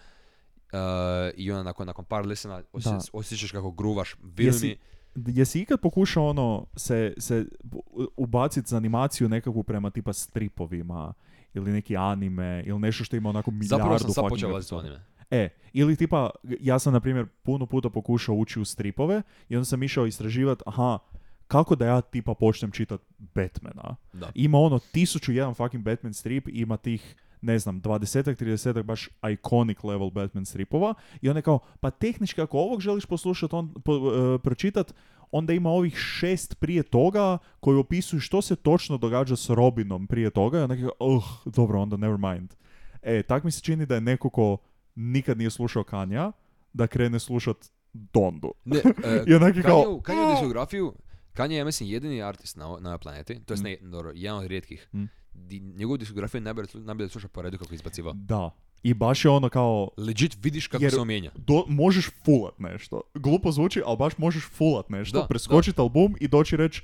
A, I onda nakon, nakon par listena osje- Da. osjećaš kako gruvaš. Vjeruj jesi, mi, jesi ikad pokušao ono se, se bu- ubaciti za animaciju nekakvu prema tipa stripovima ili neki anime ili nešto što ima onako milijardu zapravo sam sad fucking počeo epizoda? ulaziti u anime. E, ili tipa, ja sam na primjer puno puta pokušao ući u stripove i onda sam išao istraživati, aha, kako da ja tipa počnem čitat Batmana? Da. Ima ono tisuću jedan fucking Batman strip, ima tih ne znam, 20-ak, 30-ak baš iconic level Batman stripova i onda je kao, pa tehnički ako ovog želiš poslušati, on, po, e, pročitat, onda ima ovih šest prije toga koji opisuju što se točno događa s Robinom prije toga i onda je kao, uh, dobro, onda never mind. E, tak mi se čini da je neko ko nikad nije slušao Kanja, da krene slušat Dondu. Ne, e, I onak je kao, Kanye, Kanye diskografiju, Kanye je, ja mislim, jedini artist na, o- na ovoj planeti, to jest ne, dobro, jedan od rijetkih, Mm. di, njegovu diskografiju najbolje, slu- najbolje sluša po redu kako je izbacivao. da. I baš je ono kao, Legit vidiš kako Jer- se on mijenja. do, možeš fulat nešto. Glupo zvuči, ali baš možeš fulat nešto, Da, preskočit album i doći reći,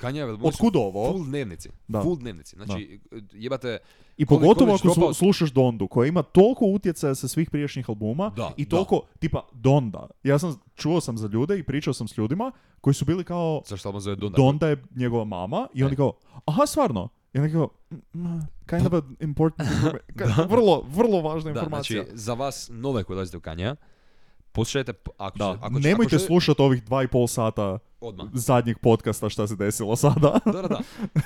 Kanye je albumi su otkud ovo? full dnevnici, Da. full dnevnici. Znači, jebate, I Koliko pogotovo već ako su- dropao- slušaš Dondu, koja ima toliko utjecaja sa svih prijašnjih albuma Da, i da. toliko, tipa, Donda. Ja sam, čuo sam za ljude i pričao sam s ljudima koji su bili kao, zašto album zove Donda? Donda je njegova mama i E. oni kao, aha, stvarno? I onda kao, "Mm, kind of a important information. vrlo, vrlo važna da, informacija. znači, za vas nove koji dolazite u Kanye, poslušajte, p- ako, da, se- ako, će- nemojte ako želi- slušati ovih dva i pol sata odmah. zadnjeg podcasta šta se desilo sada. Da, da, da.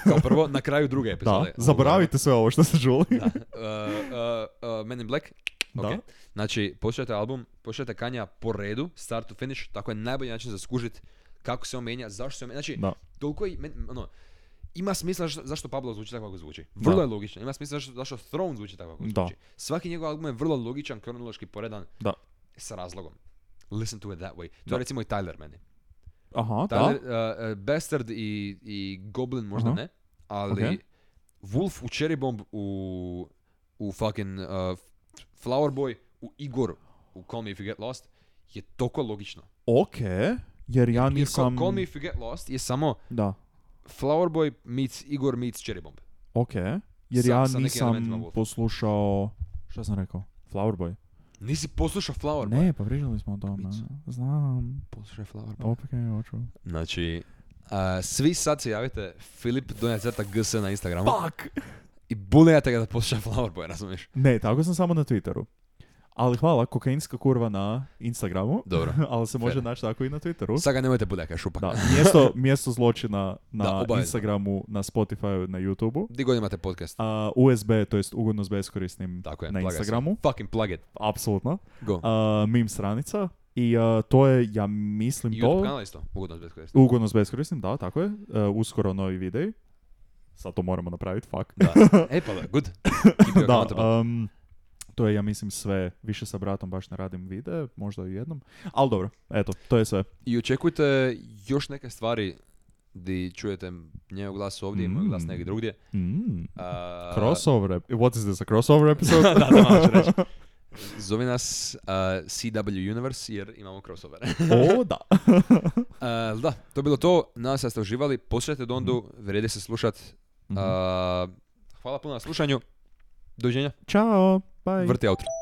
Kao prvo, na kraju druge da, epizode. Ovaj, zaboravite sve ovo što ste čuli. Da. Uh, uh, uh, Men in Black. Da. Ok. Znači, poslušajte album, poslušajte Kanja po redu, start to finish, tako je najbolji način za skužit kako se on mijenja, zašto se on mijenja. Znači, Da. toliko je, men- ono, ima smisla zaš- zašto Pablo zvuči tako kako zvuči. Vrlo Da. je logično. Ima smisla zašto, zašto Throne zvuči tako kako Da. zvuči. Svaki njegov album je vrlo logičan, kronološki poredan. Da. Sa razlogom. Listen to it that way. To Da. je recimo i Tyler meni. Aha, da. Tyler, uh, uh, Bastard i, i Goblin možda Aha. ne, ali Ok. Wolf u Cherry Bomb u, u fucking uh, Flower Boy u Igor u Call Me If You Get Lost je toliko logično. Ok, jer ja Jer nisam... Call Me If You Get Lost je samo Da, Flower Boy meets Igor meets Cherry Bomb. ok. Jer Sa- ja sa nekim elementima nisam Wolfa. poslušao... Šta sam rekao? Flower Boy. Nisi poslušao Flower Boy? Ne, pa pričali smo o tome. Micu. Znam. Poslušaj Flower Boy. Opet kaj hoću. Znači, uh, svi sad se javite Filip Donja Zeta GS na Instagramu Fuck! i bulijate ga da posluša Flower Boy, razumiješ? Ne, tako sam samo na Twitteru. Ali hvala, kokainska kurva na Instagramu. Dobro. Ali se može Fair. naći tako i na Twitteru. Sad ga nemojte buljati kaj šupak. Da, mjesto, mjesto zločina na Da, obavezno. Instagramu, na Spotifyu, na YouTubeu. Di god imate podcast. A, USB, to jest ugodno s beskorisnim Tako je, na plagaj se. Instagramu. Fucking plug it. Apsolutno. Go. A, meme stranica. I a, to je, ja mislim, I YouTube to... kanal isto, ugodno bez koristi. Ugodno s beskorisnim, da, tako je. E, uskoro novi videi. Sad to moramo napraviti, fuck. Da. Ej, pa da, па good. Keep you da, accountable. em, to je, ja mislim, sve. Više sa bratom baš ne radim videe, možda i jednom. Ali dobro, eto, to je sve. I očekujte još neke stvari di čujete njegov glas ovdje i moj glas Mm. negdje drugdje. Mm. A, Crossover, ep- what is this, a crossover episode? da, to moraš reći. Zove nas uh, CW Universe jer imamo crossover. O, da. Uh, da, to je bilo to. Nadam se da ste uživali. Poslušajte Dondu, vredi se slušat. Mhm. E, Uh, hvala puno na slušanju. Doviđenja. Ćao, bye. Vrti outro.